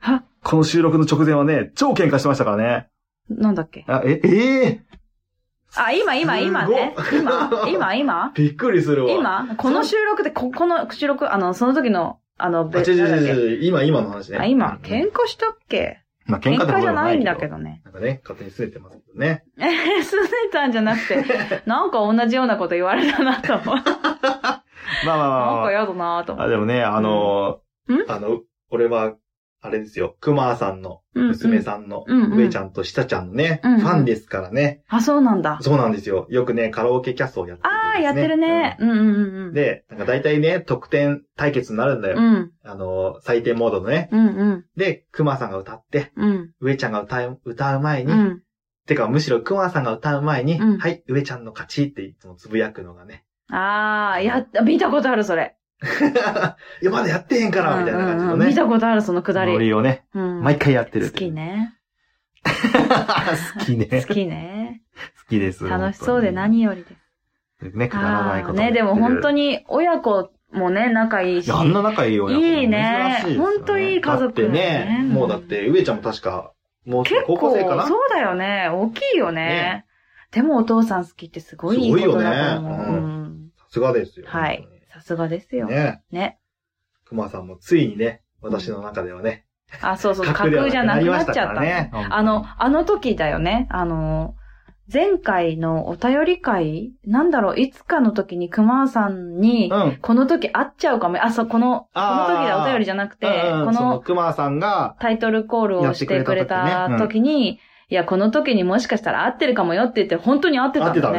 [SPEAKER 2] は、
[SPEAKER 1] この収録の直前はね、超喧嘩してましたからね。
[SPEAKER 2] なんだっけ
[SPEAKER 1] あ、え、ええ
[SPEAKER 2] あ、今、今、今ね
[SPEAKER 1] す。
[SPEAKER 2] 今、今、今
[SPEAKER 1] びっくりするわ。
[SPEAKER 2] 今この収録で、こ、この収録、あの、その時の、あの、
[SPEAKER 1] あ、違う
[SPEAKER 2] なんだっ
[SPEAKER 1] 違
[SPEAKER 2] け
[SPEAKER 1] う違う、今、今の話ね。
[SPEAKER 2] あ、今、
[SPEAKER 1] 喧
[SPEAKER 2] 喧嘩したっけ
[SPEAKER 1] まあ、喧
[SPEAKER 2] 喧
[SPEAKER 1] 嘩って
[SPEAKER 2] 嘩
[SPEAKER 1] こ
[SPEAKER 2] じ
[SPEAKER 1] と
[SPEAKER 2] ゃ
[SPEAKER 1] は
[SPEAKER 2] ないんだけ
[SPEAKER 1] ど。
[SPEAKER 2] どね。
[SPEAKER 1] なんかね、勝手に拗ねてますけどね。
[SPEAKER 2] えへへ拗ねたんじゃな くて、なんか同じようなこと言われたなと思う。
[SPEAKER 1] ま あまあまあ
[SPEAKER 2] なん
[SPEAKER 1] まあ
[SPEAKER 2] か嫌だなと思
[SPEAKER 1] あ、
[SPEAKER 2] う。
[SPEAKER 1] でもね、あのー
[SPEAKER 2] うん
[SPEAKER 1] あの、俺は、あれですよ、熊さんの、
[SPEAKER 2] うん
[SPEAKER 1] 娘さんの、
[SPEAKER 2] うんうん
[SPEAKER 1] 上ちゃんと下ちゃんのね、
[SPEAKER 2] うんうん
[SPEAKER 1] ファンですからね。
[SPEAKER 2] あ、そうなんだ。
[SPEAKER 1] そうなんですよ。よくね、カラオケキャストをやってるんです、
[SPEAKER 2] ああ、やってるね。うんうんう
[SPEAKER 1] うん
[SPEAKER 2] ん。
[SPEAKER 1] で、なんか大体ね、得点対決になるんだよ。
[SPEAKER 2] うん、
[SPEAKER 1] あのー、採点モードのね。
[SPEAKER 2] うんうん
[SPEAKER 1] で、熊さんが歌って、
[SPEAKER 2] うん
[SPEAKER 1] 上ちゃんが歌う、歌う前に、
[SPEAKER 2] うん。
[SPEAKER 1] てかむしろ熊さんが歌う前に、
[SPEAKER 2] うん
[SPEAKER 1] はい、上ちゃんの勝ちっていつもつぶやくのがね。
[SPEAKER 2] ああ、やった、見たことある、それ。
[SPEAKER 1] いや、まだやってへんから、みたいな感じの
[SPEAKER 2] うんうんうん
[SPEAKER 1] ね
[SPEAKER 2] 見。たことある、そのくだ
[SPEAKER 1] ノ
[SPEAKER 2] り。
[SPEAKER 1] リをね、
[SPEAKER 2] うん
[SPEAKER 1] 毎回やってる。
[SPEAKER 2] 好き。ね。
[SPEAKER 1] 好きね。
[SPEAKER 2] 好きね。
[SPEAKER 1] 好きです。
[SPEAKER 2] 楽しそうで
[SPEAKER 1] 本
[SPEAKER 2] 何よりです。
[SPEAKER 1] 当にね、くだらないことも
[SPEAKER 2] あーね、でも本当
[SPEAKER 1] に。
[SPEAKER 2] に親子もね、仲いいし。
[SPEAKER 1] いやあんな仲いいよ
[SPEAKER 2] いいね
[SPEAKER 1] 珍しですよ
[SPEAKER 2] 本当いい家族
[SPEAKER 1] だ
[SPEAKER 2] だ
[SPEAKER 1] って
[SPEAKER 2] よね
[SPEAKER 1] ね、
[SPEAKER 2] うん
[SPEAKER 1] もうだって、上ちゃんも確か、もう
[SPEAKER 2] 結構
[SPEAKER 1] 高校生かな
[SPEAKER 2] そうだよね。大きいよね。
[SPEAKER 1] ね
[SPEAKER 2] でもお父さん好きってすごいいいことだと思う。
[SPEAKER 1] すごいよねうん
[SPEAKER 2] うん
[SPEAKER 1] さすがですよ。
[SPEAKER 2] はい。さすがですよ
[SPEAKER 1] 本当に
[SPEAKER 2] ね。
[SPEAKER 1] ね。
[SPEAKER 2] ね
[SPEAKER 1] 熊さんもついにね、私の中ではね、
[SPEAKER 2] あ、そうそう、架
[SPEAKER 1] 格では
[SPEAKER 2] 空じゃなく
[SPEAKER 1] りま
[SPEAKER 2] なっ
[SPEAKER 1] した
[SPEAKER 2] ちゃ
[SPEAKER 1] か
[SPEAKER 2] っ
[SPEAKER 1] ら
[SPEAKER 2] た。
[SPEAKER 1] ね。本当に
[SPEAKER 2] あの、、あの時だよね。あの、前回のお便り会なんだろう、いつかの時に熊さんに、
[SPEAKER 1] うん。
[SPEAKER 2] この時会っちゃうかも。あ、そう、この、こ
[SPEAKER 1] あー
[SPEAKER 2] の時だ、お便りじゃなくて、
[SPEAKER 1] うんうん
[SPEAKER 2] こ
[SPEAKER 1] その
[SPEAKER 2] の
[SPEAKER 1] 熊さんが、
[SPEAKER 2] タイトルコールをしてくれ
[SPEAKER 1] やってくれた時ねうん
[SPEAKER 2] た時に、いや、この時にもしかしたら合ってるかもよって言って、本当に合って
[SPEAKER 1] 合
[SPEAKER 2] た
[SPEAKER 1] っ
[SPEAKER 2] ん
[SPEAKER 1] て
[SPEAKER 2] だ
[SPEAKER 1] た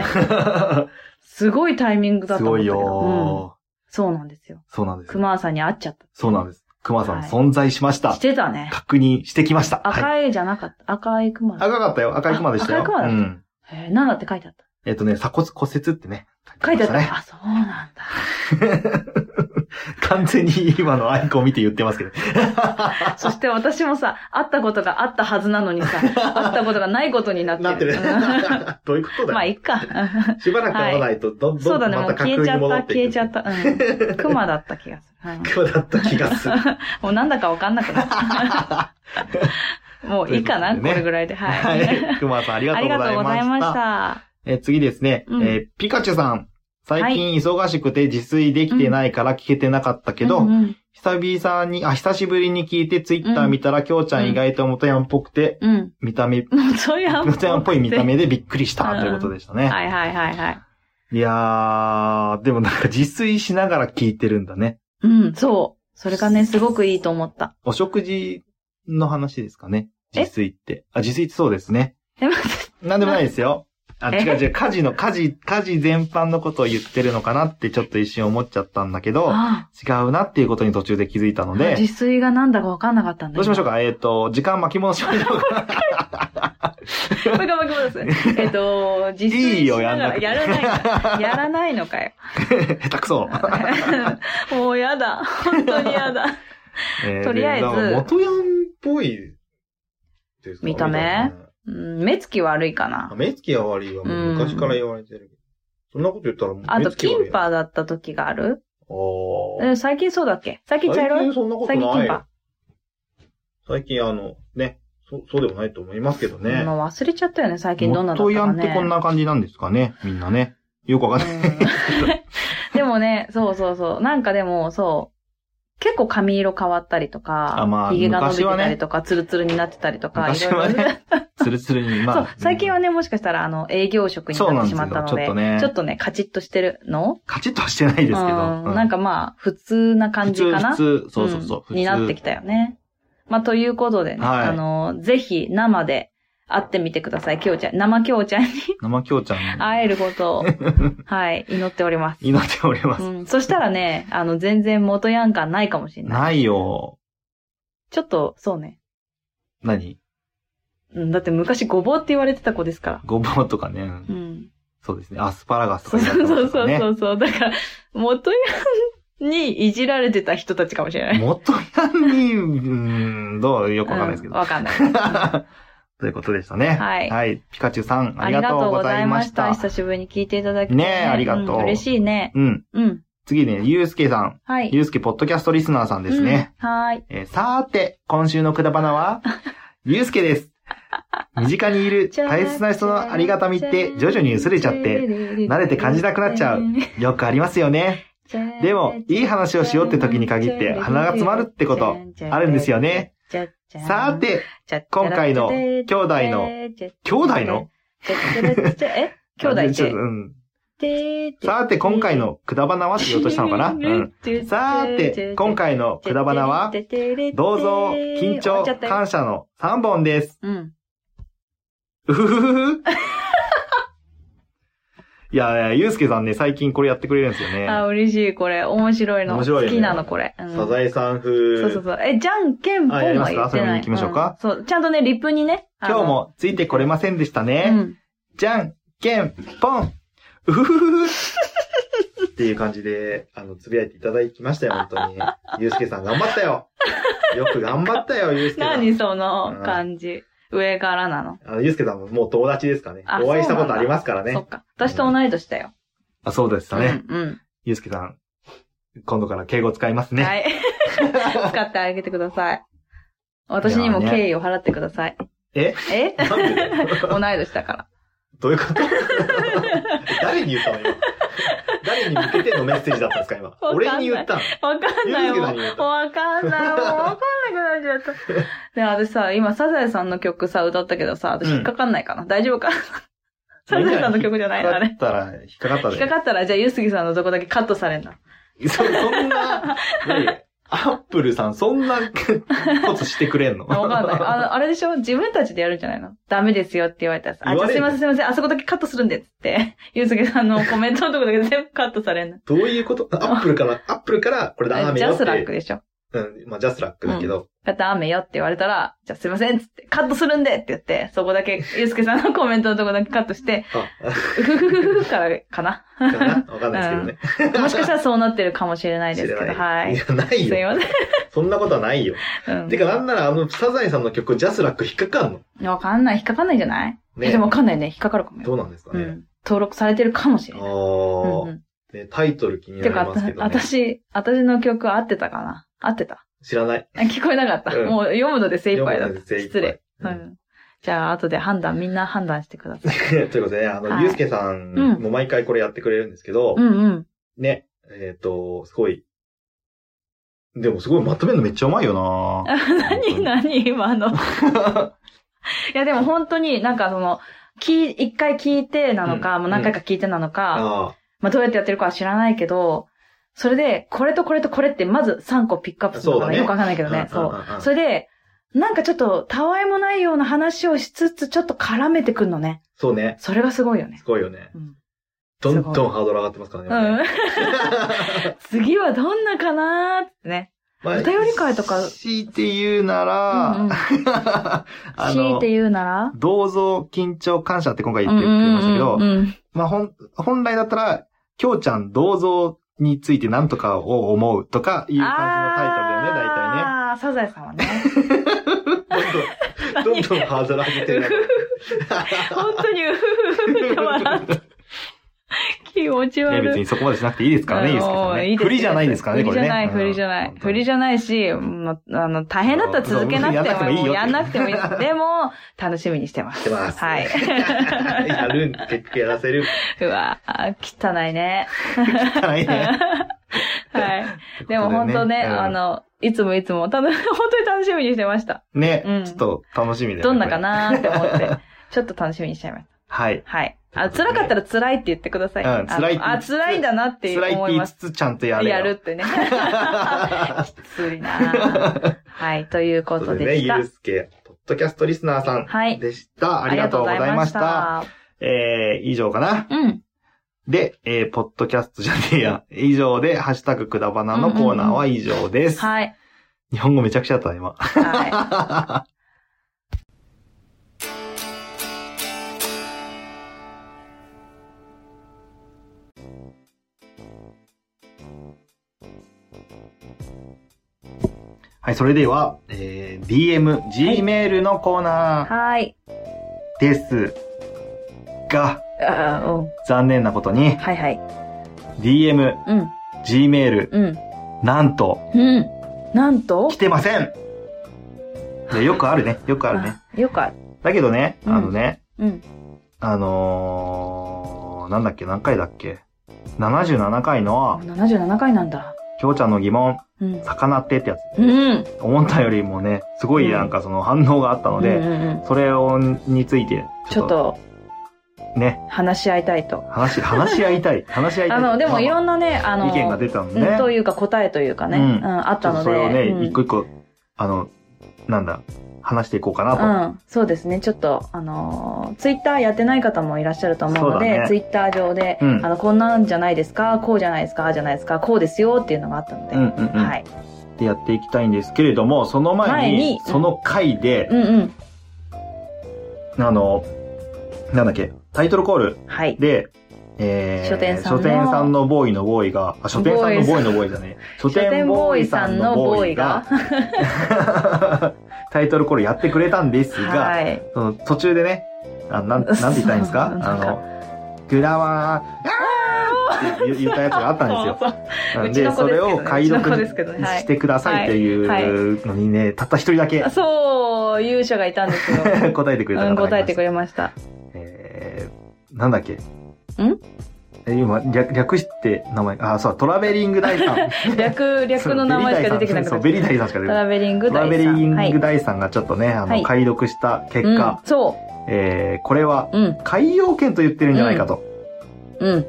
[SPEAKER 2] ね
[SPEAKER 1] ね。。
[SPEAKER 2] すごいタイミングだ
[SPEAKER 1] す
[SPEAKER 2] と思
[SPEAKER 1] ご
[SPEAKER 2] っ
[SPEAKER 1] い
[SPEAKER 2] たけど。うん、
[SPEAKER 1] よ
[SPEAKER 2] そうなんですよ。
[SPEAKER 1] ー。そうなんですよ。
[SPEAKER 2] 熊さんに会っちゃっ
[SPEAKER 1] そうなんです。熊さん
[SPEAKER 2] はい。
[SPEAKER 1] 存在しましたた
[SPEAKER 2] し。てたね。
[SPEAKER 1] 確認してきました。はい
[SPEAKER 2] 赤いじゃなかった。赤い熊。
[SPEAKER 1] 赤かったよ。赤い熊でしたよ。
[SPEAKER 2] あ赤い熊だった
[SPEAKER 1] うん。
[SPEAKER 2] えー、なんだって書いてあっ
[SPEAKER 1] えっ、とね、鎖骨骨折ってね。
[SPEAKER 2] た。書いてあった。
[SPEAKER 1] まし
[SPEAKER 2] あ、そうなんだ。
[SPEAKER 1] ね。完全に今のアイコン見て言ってますけ ど。
[SPEAKER 2] そして私もさ、会ったことがあったはずなのに さ、会ったことがないことになってる。。
[SPEAKER 1] なってる どういうことだよ。
[SPEAKER 2] まあ、いっか。
[SPEAKER 1] しばらく会わないと、どんどん、
[SPEAKER 2] そうだね、
[SPEAKER 1] ま
[SPEAKER 2] も
[SPEAKER 1] た
[SPEAKER 2] う
[SPEAKER 1] 架
[SPEAKER 2] 消
[SPEAKER 1] 空
[SPEAKER 2] えちゃ
[SPEAKER 1] に
[SPEAKER 2] った
[SPEAKER 1] 戻っ、て
[SPEAKER 2] 消え
[SPEAKER 1] い
[SPEAKER 2] ちゃった。うん。熊だった気がする。うん
[SPEAKER 1] く。今だった気がする。
[SPEAKER 2] もうなんだかわかんなくな った。もういいかな、
[SPEAKER 1] ということでね
[SPEAKER 2] これぐらいで。 は。
[SPEAKER 1] はいい。熊さんありが
[SPEAKER 2] あ
[SPEAKER 1] とう
[SPEAKER 2] り
[SPEAKER 1] ござ
[SPEAKER 2] がと
[SPEAKER 1] いうま
[SPEAKER 2] ござい
[SPEAKER 1] し
[SPEAKER 2] ま
[SPEAKER 1] た
[SPEAKER 2] し。た。
[SPEAKER 1] えー次ですね、
[SPEAKER 2] うん
[SPEAKER 1] えーピカチュウさん。最近忙しくて自炊できてないから聞けてなかったけど、
[SPEAKER 2] うんうん
[SPEAKER 1] 久々に、あ、久しぶりに聞いてツイッター見たら、きょうちゃん意外と元ヤンっぽくて、
[SPEAKER 2] うん。
[SPEAKER 1] 見た目、
[SPEAKER 2] もうそういう
[SPEAKER 1] 元ヤンっぽい見た
[SPEAKER 2] 目。
[SPEAKER 1] 目でびっくりし
[SPEAKER 2] う
[SPEAKER 1] た
[SPEAKER 2] ん
[SPEAKER 1] ということでしたね。
[SPEAKER 2] はいはいはいはい。
[SPEAKER 1] いやー、でもなんか自炊しながら聞いてるんだね。
[SPEAKER 2] うん、そう。それがね、すごくいいと思った。
[SPEAKER 1] お食事の話ですかね。
[SPEAKER 2] え
[SPEAKER 1] 自炊って。あ、自炊ってそうですね。
[SPEAKER 2] でも
[SPEAKER 1] なんでもないですよ。あ、
[SPEAKER 2] え
[SPEAKER 1] 違う違う。家事の、家事、家事全般のことを言ってるのかなってちょっと一瞬思っちゃったんだけど、
[SPEAKER 2] あ
[SPEAKER 1] 違うなっていうことに途中で気づいたの
[SPEAKER 2] あ、自
[SPEAKER 1] で、
[SPEAKER 2] 炊がなんだかわかんなかったんだ。
[SPEAKER 1] どうしましょうかえっ、と、時間巻き戻しましょう か
[SPEAKER 2] これが僕もですね。 えっと、自炊しながら
[SPEAKER 1] いいよ
[SPEAKER 2] や
[SPEAKER 1] や
[SPEAKER 2] ら
[SPEAKER 1] んな
[SPEAKER 2] ない
[SPEAKER 1] くて
[SPEAKER 2] の。やらないのかよ。
[SPEAKER 1] 下手く そ。
[SPEAKER 2] もうやだ。本当にやだ。
[SPEAKER 1] えー
[SPEAKER 2] とりあえず
[SPEAKER 1] でなんか元ヤンっぽいですか
[SPEAKER 2] 見た目うん目つき悪いか
[SPEAKER 1] あ
[SPEAKER 2] な。
[SPEAKER 1] 目つきが悪いはもう昔から言われてるけど。そんなこと言ったらもう
[SPEAKER 2] あ
[SPEAKER 1] 目
[SPEAKER 2] と、
[SPEAKER 1] つき悪い
[SPEAKER 2] キ
[SPEAKER 1] やん。
[SPEAKER 2] ンパだった時がある
[SPEAKER 1] あー。
[SPEAKER 2] え最近そうだっけ最近茶色い
[SPEAKER 1] そんなこと
[SPEAKER 2] 最近キ
[SPEAKER 1] な
[SPEAKER 2] ン
[SPEAKER 1] い
[SPEAKER 2] パ。。
[SPEAKER 1] 最近あの、ね、そそうでもないと思いますけどね。
[SPEAKER 2] もう忘れちゃったよね、最近どんなだっ
[SPEAKER 1] 元
[SPEAKER 2] た
[SPEAKER 1] ヤ
[SPEAKER 2] か
[SPEAKER 1] ンって
[SPEAKER 2] ね。
[SPEAKER 1] こんな感じなんですかねみんなね。よくわかんない。
[SPEAKER 2] うんでもね、そうそうそう。なんかでも、そ結構髪色変わったりとか、
[SPEAKER 1] あまあ
[SPEAKER 2] 髭が伸びて
[SPEAKER 1] 昔はね
[SPEAKER 2] たりとか、ツルツルになってたりとか、
[SPEAKER 1] 昔はい
[SPEAKER 2] ろいろ
[SPEAKER 1] ね、ツルツルに、
[SPEAKER 2] そ
[SPEAKER 1] ま
[SPEAKER 2] う
[SPEAKER 1] あ、、
[SPEAKER 2] 最近は
[SPEAKER 1] ね、
[SPEAKER 2] ね、もしかしたら、あの、営業職になってしまったの
[SPEAKER 1] そうなんですよちょっとね
[SPEAKER 2] で、ちょっとね、カチッとしてるの
[SPEAKER 1] カチッとはしてないですけど、
[SPEAKER 2] う
[SPEAKER 1] うん
[SPEAKER 2] ん、なんかまあ、普通な感じかな。
[SPEAKER 1] 普通、普通、そうそうそう。普通
[SPEAKER 2] んになってきたよね。まあ、ということでね、
[SPEAKER 1] はい
[SPEAKER 2] あの、ぜひ生で会ってみてください、きょうちゃん。生きょうちゃんに
[SPEAKER 1] 生京ちゃん。
[SPEAKER 2] 会える ことを、はい、祈っております。
[SPEAKER 1] 祈っております。
[SPEAKER 2] うん、そしたらね、あの、全然元ヤン感ないかもしれない。
[SPEAKER 1] ないよ。
[SPEAKER 2] ちょっと、そうね。
[SPEAKER 1] 何
[SPEAKER 2] うん、だって昔ごぼうって言われてた子ですから。
[SPEAKER 1] ごぼうとかね、
[SPEAKER 2] うん。
[SPEAKER 1] そうですね。アスパラガスと
[SPEAKER 2] そ
[SPEAKER 1] か
[SPEAKER 2] う
[SPEAKER 1] になっ
[SPEAKER 2] そ
[SPEAKER 1] てま
[SPEAKER 2] うそう
[SPEAKER 1] すか
[SPEAKER 2] そ
[SPEAKER 1] らね。
[SPEAKER 2] うそうそう。だから、元ヤンにいじられてた人たちかもしれない。
[SPEAKER 1] 元ヤンに、うーん、どうよくわかんないですけ
[SPEAKER 2] う
[SPEAKER 1] ど。
[SPEAKER 2] わかんない。
[SPEAKER 1] ということでしたね。
[SPEAKER 2] はい
[SPEAKER 1] ピカチュウさん、 あ
[SPEAKER 2] あ
[SPEAKER 1] り
[SPEAKER 2] り
[SPEAKER 1] が
[SPEAKER 2] がと
[SPEAKER 1] と
[SPEAKER 2] う
[SPEAKER 1] う
[SPEAKER 2] ご
[SPEAKER 1] ご
[SPEAKER 2] ざ
[SPEAKER 1] ざ
[SPEAKER 2] い
[SPEAKER 1] い
[SPEAKER 2] ま
[SPEAKER 1] ま
[SPEAKER 2] し。
[SPEAKER 1] したた。
[SPEAKER 2] 久しぶりに聞いていただき
[SPEAKER 1] ねえありがとうん
[SPEAKER 2] 嬉しいね。
[SPEAKER 1] うん。
[SPEAKER 2] うん。
[SPEAKER 1] 次ね、ゆうすけさん。
[SPEAKER 2] はい。
[SPEAKER 1] ゆうすけポッドキャストリスナーさんですね。
[SPEAKER 2] うん。はーい。
[SPEAKER 1] えーさーて、今週のくだばなは、ゆうすけです。身近にいる大切な人のありがたみって徐々に薄れちゃって、
[SPEAKER 2] 慣
[SPEAKER 1] れて感じなくなっちゃう。よくありますよね。でも、いい話をしようって時に限って鼻が詰まるってこと、あるんですよね。さーて、
[SPEAKER 2] て
[SPEAKER 1] 今回の兄弟の、
[SPEAKER 2] 兄
[SPEAKER 1] 兄弟の
[SPEAKER 2] え兄弟っ
[SPEAKER 1] ちょ
[SPEAKER 2] て
[SPEAKER 1] っとうん。
[SPEAKER 2] てーて
[SPEAKER 1] さーて、今回のくだばなはしようとしたのかなうん。さーて、今回のくだばなは、銅像、緊張、感謝の3本です。
[SPEAKER 2] うん。
[SPEAKER 1] うふふふふ。 いや、いやゆうすけさんね、最近これやってくれるんですよ
[SPEAKER 2] あ、
[SPEAKER 1] ね。
[SPEAKER 2] 嬉しい、これ。面白いの。
[SPEAKER 1] 面白いよね
[SPEAKER 2] 好きなの、これ。うん
[SPEAKER 1] サザエさん風。
[SPEAKER 2] そうそうそう。え、じゃんけんぽんは
[SPEAKER 1] あやり
[SPEAKER 2] 言
[SPEAKER 1] ますか
[SPEAKER 2] ってな
[SPEAKER 1] そ
[SPEAKER 2] い。
[SPEAKER 1] れ見に行きましょうか
[SPEAKER 2] んそう。ちゃんとね、リップにね。あの
[SPEAKER 1] 今日。もついてこれませんでしたね。
[SPEAKER 2] うん。
[SPEAKER 1] じゃん、けん、ぽん。うふふふふ。っていう感じで、あの、つぶやいていただきましたよ、本当に。ゆうすけさん頑張った よ。よく頑張ったよ、ゆうすけさ
[SPEAKER 2] 何
[SPEAKER 1] ん。
[SPEAKER 2] その感じ。上からなの。
[SPEAKER 1] あのゆうすけさんももう友達ですかね
[SPEAKER 2] あ。
[SPEAKER 1] お会いしたこと
[SPEAKER 2] そうなんだ
[SPEAKER 1] ありますから
[SPEAKER 2] そっ
[SPEAKER 1] ね。
[SPEAKER 2] か。私と同い年だよ。
[SPEAKER 1] あ、そうでしたね。
[SPEAKER 2] うん。
[SPEAKER 1] ゆうすけさん、今度から敬語使います
[SPEAKER 2] うん。
[SPEAKER 1] ね。
[SPEAKER 2] はい。使ってあげてください。私にも
[SPEAKER 1] いやーね
[SPEAKER 2] 敬意を払ってください。
[SPEAKER 1] え
[SPEAKER 2] え
[SPEAKER 1] なんでだよ
[SPEAKER 2] 同い年だから。
[SPEAKER 1] どういうこと誰に言ったの今。誰に向けてのメッセージだったんですか今。
[SPEAKER 2] かんない
[SPEAKER 1] 俺に 言ったの。
[SPEAKER 2] わかんない
[SPEAKER 1] ユースケ
[SPEAKER 2] も。
[SPEAKER 1] さんに言うんと
[SPEAKER 2] わかんないもん。わかんなくなっちゃった。で、私さ、今、サザエさんの曲さ、歌ったけどさ、私
[SPEAKER 1] うん
[SPEAKER 2] 引っかかんないかな。大丈夫かなサザエさんの曲じゃないのあれ
[SPEAKER 1] 引。っかかったら、引っかかった
[SPEAKER 2] 引
[SPEAKER 1] で。
[SPEAKER 2] っかかったら、じゃあ、ゆうすぎさんのとこだけカットされんな。
[SPEAKER 1] そそんな、何アップルさん、そんなことしてくれんの
[SPEAKER 2] わかんない。 あの、あれでしょ自分たちでやるんじゃないのダメですよって言われたらさ。あ、
[SPEAKER 1] 言
[SPEAKER 2] じゃ
[SPEAKER 1] わ
[SPEAKER 2] あ
[SPEAKER 1] れる
[SPEAKER 2] すいませんすいません。あそこだけカットするんで、つって。 ゆうすぎさんのコメントのとこだけ全部カットされんな。
[SPEAKER 1] どういうことアップルから、アップルから、これダメ
[SPEAKER 2] ジ
[SPEAKER 1] よっ
[SPEAKER 2] ャ
[SPEAKER 1] て。
[SPEAKER 2] スラックでしょ
[SPEAKER 1] うん、まあ、ジャスラックだけど。
[SPEAKER 2] ダメよって言われたら、じゃあすいませんっつって、カットするんでって言って、そこだけ、ゆうすけさんのコメントのとこだけカットして、
[SPEAKER 1] あ、
[SPEAKER 2] うふふふふからかな。
[SPEAKER 1] かなわかんないですけどね。
[SPEAKER 2] もしかしたらそうなってるかもしれないですけど、
[SPEAKER 1] 知ら。
[SPEAKER 2] はいい。
[SPEAKER 1] や、ない
[SPEAKER 2] すい
[SPEAKER 1] よ。
[SPEAKER 2] ま
[SPEAKER 1] そんなことはないよ。
[SPEAKER 2] せん。
[SPEAKER 1] てか、なんなら、あの、サザエさんの曲、ジャスラック引っかかんの
[SPEAKER 2] うん。わかんない。引っかかんないんじゃない
[SPEAKER 1] ね
[SPEAKER 2] えでもわかんないね。引っかかるかもよ。
[SPEAKER 1] どうなんですか
[SPEAKER 2] う
[SPEAKER 1] ね。
[SPEAKER 2] ん。登録されてるかもしれ
[SPEAKER 1] あ
[SPEAKER 2] ない。
[SPEAKER 1] ー
[SPEAKER 2] うん。う
[SPEAKER 1] ね、タイトル気に
[SPEAKER 2] ん
[SPEAKER 1] な
[SPEAKER 2] て
[SPEAKER 1] り
[SPEAKER 2] か、
[SPEAKER 1] ますけ
[SPEAKER 2] あた
[SPEAKER 1] どね。
[SPEAKER 2] 私、私の曲合ってたかな合ってた
[SPEAKER 1] 知らない。
[SPEAKER 2] あ聞こえなかった。
[SPEAKER 1] うん
[SPEAKER 2] もう読むので精一杯だ
[SPEAKER 1] 読
[SPEAKER 2] っ
[SPEAKER 1] むの
[SPEAKER 2] た。
[SPEAKER 1] で精一杯
[SPEAKER 2] 失礼。う。
[SPEAKER 1] うん
[SPEAKER 2] じゃあ、後で判断、みんな判断してください。
[SPEAKER 1] ということでね、あ
[SPEAKER 2] は
[SPEAKER 1] の、
[SPEAKER 2] い
[SPEAKER 1] ゆうすけさん
[SPEAKER 2] うん
[SPEAKER 1] も毎回これやってくれるんですけど
[SPEAKER 2] う、んうん。
[SPEAKER 1] ね、えっと、すごい。でもすごいまとめるのめっちゃうまいよな
[SPEAKER 2] 何何 今の。いやでも本当になんかその、き、一回聞いてなのか、
[SPEAKER 1] うん
[SPEAKER 2] もう何回か聞いてなのか、
[SPEAKER 1] あ
[SPEAKER 2] まあどうやってやってるかは知らないけど、それで、これとこれとこれってまず3個ピックアップするのか
[SPEAKER 1] そうだ
[SPEAKER 2] な、
[SPEAKER 1] ね
[SPEAKER 2] よくわかんないけ
[SPEAKER 1] あ。
[SPEAKER 2] どね。
[SPEAKER 1] うん
[SPEAKER 2] そ
[SPEAKER 1] うん
[SPEAKER 2] う。
[SPEAKER 1] うんうん
[SPEAKER 2] それで、なんかちょっと、たわいもないような話をしつつ、ちょっと絡めてくんのね。
[SPEAKER 1] そうね。
[SPEAKER 2] それがすごいよね。
[SPEAKER 1] すごいよね。
[SPEAKER 2] うん。
[SPEAKER 1] どん
[SPEAKER 2] す
[SPEAKER 1] ど
[SPEAKER 2] ご
[SPEAKER 1] んハードル上がってますから
[SPEAKER 2] う
[SPEAKER 1] ね。
[SPEAKER 2] ん。次はどんなかなーってね。
[SPEAKER 1] まあ
[SPEAKER 2] お便り会とか
[SPEAKER 1] 強いて言うな
[SPEAKER 2] うんうん
[SPEAKER 1] ら、 あ
[SPEAKER 2] 強い
[SPEAKER 1] の
[SPEAKER 2] て、言うなら
[SPEAKER 1] 銅像緊張感謝って今回言ってくれましたけど
[SPEAKER 2] うんう、んうんうん
[SPEAKER 1] まあ、ほん、本来だったら、きょうちゃん銅像について何とかを思うとかいう感じのタイトルだよね、大体ね。
[SPEAKER 2] ああ、サザエさんはね。
[SPEAKER 1] どんどん、どんどんハードル上げてるな。
[SPEAKER 2] 本当に、うふふふって笑った。気持ち
[SPEAKER 1] ね、別
[SPEAKER 2] 悪い。
[SPEAKER 1] にそこまでしなくていいですからね、いいですけど
[SPEAKER 2] あの
[SPEAKER 1] ね。振りじゃないですからね、これね。
[SPEAKER 2] 振りじゃない、
[SPEAKER 1] うん
[SPEAKER 2] 振りじゃない。振りじゃないし、もうあの、大変だったら続けなくても、
[SPEAKER 1] そうそう
[SPEAKER 2] やんなくてもいいよ。でも、楽しみにしてま
[SPEAKER 1] やっ
[SPEAKER 2] す。
[SPEAKER 1] てます。
[SPEAKER 2] はい
[SPEAKER 1] やるん、結局やらせる。
[SPEAKER 2] うわー汚いね。
[SPEAKER 1] 汚いね。
[SPEAKER 2] はい。でも本当ね、
[SPEAKER 1] うん
[SPEAKER 2] あの、いつもいつも、たの本当に楽しみにしてました。
[SPEAKER 1] ね、
[SPEAKER 2] うん
[SPEAKER 1] ちょっと楽しみだよね。
[SPEAKER 2] どんな
[SPEAKER 1] これ
[SPEAKER 2] かなーって思って、ちょっと楽しみにしちゃいました。
[SPEAKER 1] はい。
[SPEAKER 2] はい。あ、辛かったら辛いって言ってください。
[SPEAKER 1] うん辛いって言いつつ
[SPEAKER 2] あのあ、辛いんだなって
[SPEAKER 1] 辛いって
[SPEAKER 2] 思い
[SPEAKER 1] 言い
[SPEAKER 2] ま
[SPEAKER 1] つ
[SPEAKER 2] す。
[SPEAKER 1] つちゃんとや
[SPEAKER 2] や
[SPEAKER 1] れよ。
[SPEAKER 2] るっ てね。きついなーはい、ということ
[SPEAKER 1] ということで
[SPEAKER 2] で
[SPEAKER 1] ね、
[SPEAKER 2] し
[SPEAKER 1] ゆ
[SPEAKER 2] た
[SPEAKER 1] う。すけ、ポッドキャストリスナーさん
[SPEAKER 2] はい。
[SPEAKER 1] でした。ありがとうございました。
[SPEAKER 2] ありがとうございまし
[SPEAKER 1] えー、以上かな。
[SPEAKER 2] た。うん。
[SPEAKER 1] で、えー、ポッドキャストじゃねえ や。以上で、ハッシュタグくだばなのコーナーは以上です。
[SPEAKER 2] はい。
[SPEAKER 1] 日本語めちゃくちゃだった、今。
[SPEAKER 2] はい。
[SPEAKER 1] はい、それでは、えー、DM、G メールのコーナ
[SPEAKER 2] はい。
[SPEAKER 1] ーですが、
[SPEAKER 2] あーうん
[SPEAKER 1] 残念なことに、
[SPEAKER 2] はいはい。
[SPEAKER 1] DM、
[SPEAKER 2] うん。
[SPEAKER 1] G メール、
[SPEAKER 2] うん。
[SPEAKER 1] なんと、
[SPEAKER 2] うん。なんと
[SPEAKER 1] 来てませんいやよくあるね、よくあるね。
[SPEAKER 2] あよくある。
[SPEAKER 1] だけどね、
[SPEAKER 2] うん
[SPEAKER 1] あのね、
[SPEAKER 2] うん。
[SPEAKER 1] あのー、なんだっけ、何回だっけ ?77 回の、
[SPEAKER 2] 77回なんだ。
[SPEAKER 1] きょうちゃんの疑問、
[SPEAKER 2] うん。
[SPEAKER 1] 魚ってってやつ。
[SPEAKER 2] うん。
[SPEAKER 1] 思ったよりもね、すごいなんかその反応があったので、
[SPEAKER 2] うんうんうん
[SPEAKER 1] それを、について、
[SPEAKER 2] ちょっと
[SPEAKER 1] ね、
[SPEAKER 2] 話し合いたいと。
[SPEAKER 1] 話し、 話し合いたい。話し合いたい。
[SPEAKER 2] あの、でもいろ
[SPEAKER 1] ん
[SPEAKER 2] んなね、あの、
[SPEAKER 1] 意見が出たの
[SPEAKER 2] うん
[SPEAKER 1] ね。
[SPEAKER 2] というか答えというかね、
[SPEAKER 1] う
[SPEAKER 2] うんん、あっ
[SPEAKER 1] ちょ
[SPEAKER 2] た
[SPEAKER 1] っと
[SPEAKER 2] ので。
[SPEAKER 1] それをね、
[SPEAKER 2] うん
[SPEAKER 1] 一個一個、あの、なんだ、話していこうかなと。
[SPEAKER 2] うん、そうですね。ちょっと、あのツイッターやってない方もいらっしゃると思うの
[SPEAKER 1] そうだ
[SPEAKER 2] で、
[SPEAKER 1] ね
[SPEAKER 2] ツイッター上で、
[SPEAKER 1] うん
[SPEAKER 2] あの、こんなんじゃないですか、こうじゃないですか、ああじゃないですか、こうですよっていうのがあったので、
[SPEAKER 1] うんうんうん。
[SPEAKER 2] はい。
[SPEAKER 1] でやっていきたいんですけれども、その前に、
[SPEAKER 2] 前に
[SPEAKER 1] その回で
[SPEAKER 2] う、んうん。
[SPEAKER 1] あの、なんだっけ、タイトルコール
[SPEAKER 2] はい。
[SPEAKER 1] で、えー、
[SPEAKER 2] 書店さんの
[SPEAKER 1] 書店さんのボーイのボーイが、あ、書店さんのボーイのボーイじゃねえ。書
[SPEAKER 2] 書店ボーイさんのボーイが、、
[SPEAKER 1] タイトルコールやってくれたんですが、
[SPEAKER 2] はい。
[SPEAKER 1] その途中でね、あな んなんて言ったらいいんですか
[SPEAKER 2] そう
[SPEAKER 1] あ
[SPEAKER 2] なんか
[SPEAKER 1] の、グラマー、あーって言言ったやつがあったんですよ。
[SPEAKER 2] そう そう
[SPEAKER 1] なん
[SPEAKER 2] うちの子
[SPEAKER 1] そ
[SPEAKER 2] ですけ
[SPEAKER 1] れ
[SPEAKER 2] どね
[SPEAKER 1] を解
[SPEAKER 2] うちの子
[SPEAKER 1] 読
[SPEAKER 2] ですけどねはい
[SPEAKER 1] してくださいっていうのにね、たった一人だけ
[SPEAKER 2] そう。そう、勇者がいた んですよ。
[SPEAKER 1] 答えてくれた
[SPEAKER 2] うん、答えてく
[SPEAKER 1] れ
[SPEAKER 2] れました。
[SPEAKER 1] えー、なんだっけんえ今略、略して名前、あ、そう、トラベリングダイさん。
[SPEAKER 2] 略、 略の名前しか出てきなく
[SPEAKER 1] そ
[SPEAKER 2] な
[SPEAKER 1] う、
[SPEAKER 2] っ
[SPEAKER 1] ベ
[SPEAKER 2] ち
[SPEAKER 1] リー
[SPEAKER 2] ゃっ
[SPEAKER 1] ダイ
[SPEAKER 2] た
[SPEAKER 1] さんしか出
[SPEAKER 2] ト
[SPEAKER 1] てこない
[SPEAKER 2] ラベリング
[SPEAKER 1] ト
[SPEAKER 2] ダ
[SPEAKER 1] ラ
[SPEAKER 2] イ
[SPEAKER 1] ベ
[SPEAKER 2] さ
[SPEAKER 1] リ
[SPEAKER 2] ん。
[SPEAKER 1] ン
[SPEAKER 2] はい
[SPEAKER 1] グダイさんがちょっとね、あ
[SPEAKER 2] は
[SPEAKER 1] の、
[SPEAKER 2] い
[SPEAKER 1] 解読した結
[SPEAKER 2] うん
[SPEAKER 1] 果、、
[SPEAKER 2] そ
[SPEAKER 1] えー、これは
[SPEAKER 2] う。うん、
[SPEAKER 1] 海洋圏と言ってるんじゃないかと、
[SPEAKER 2] うん。っ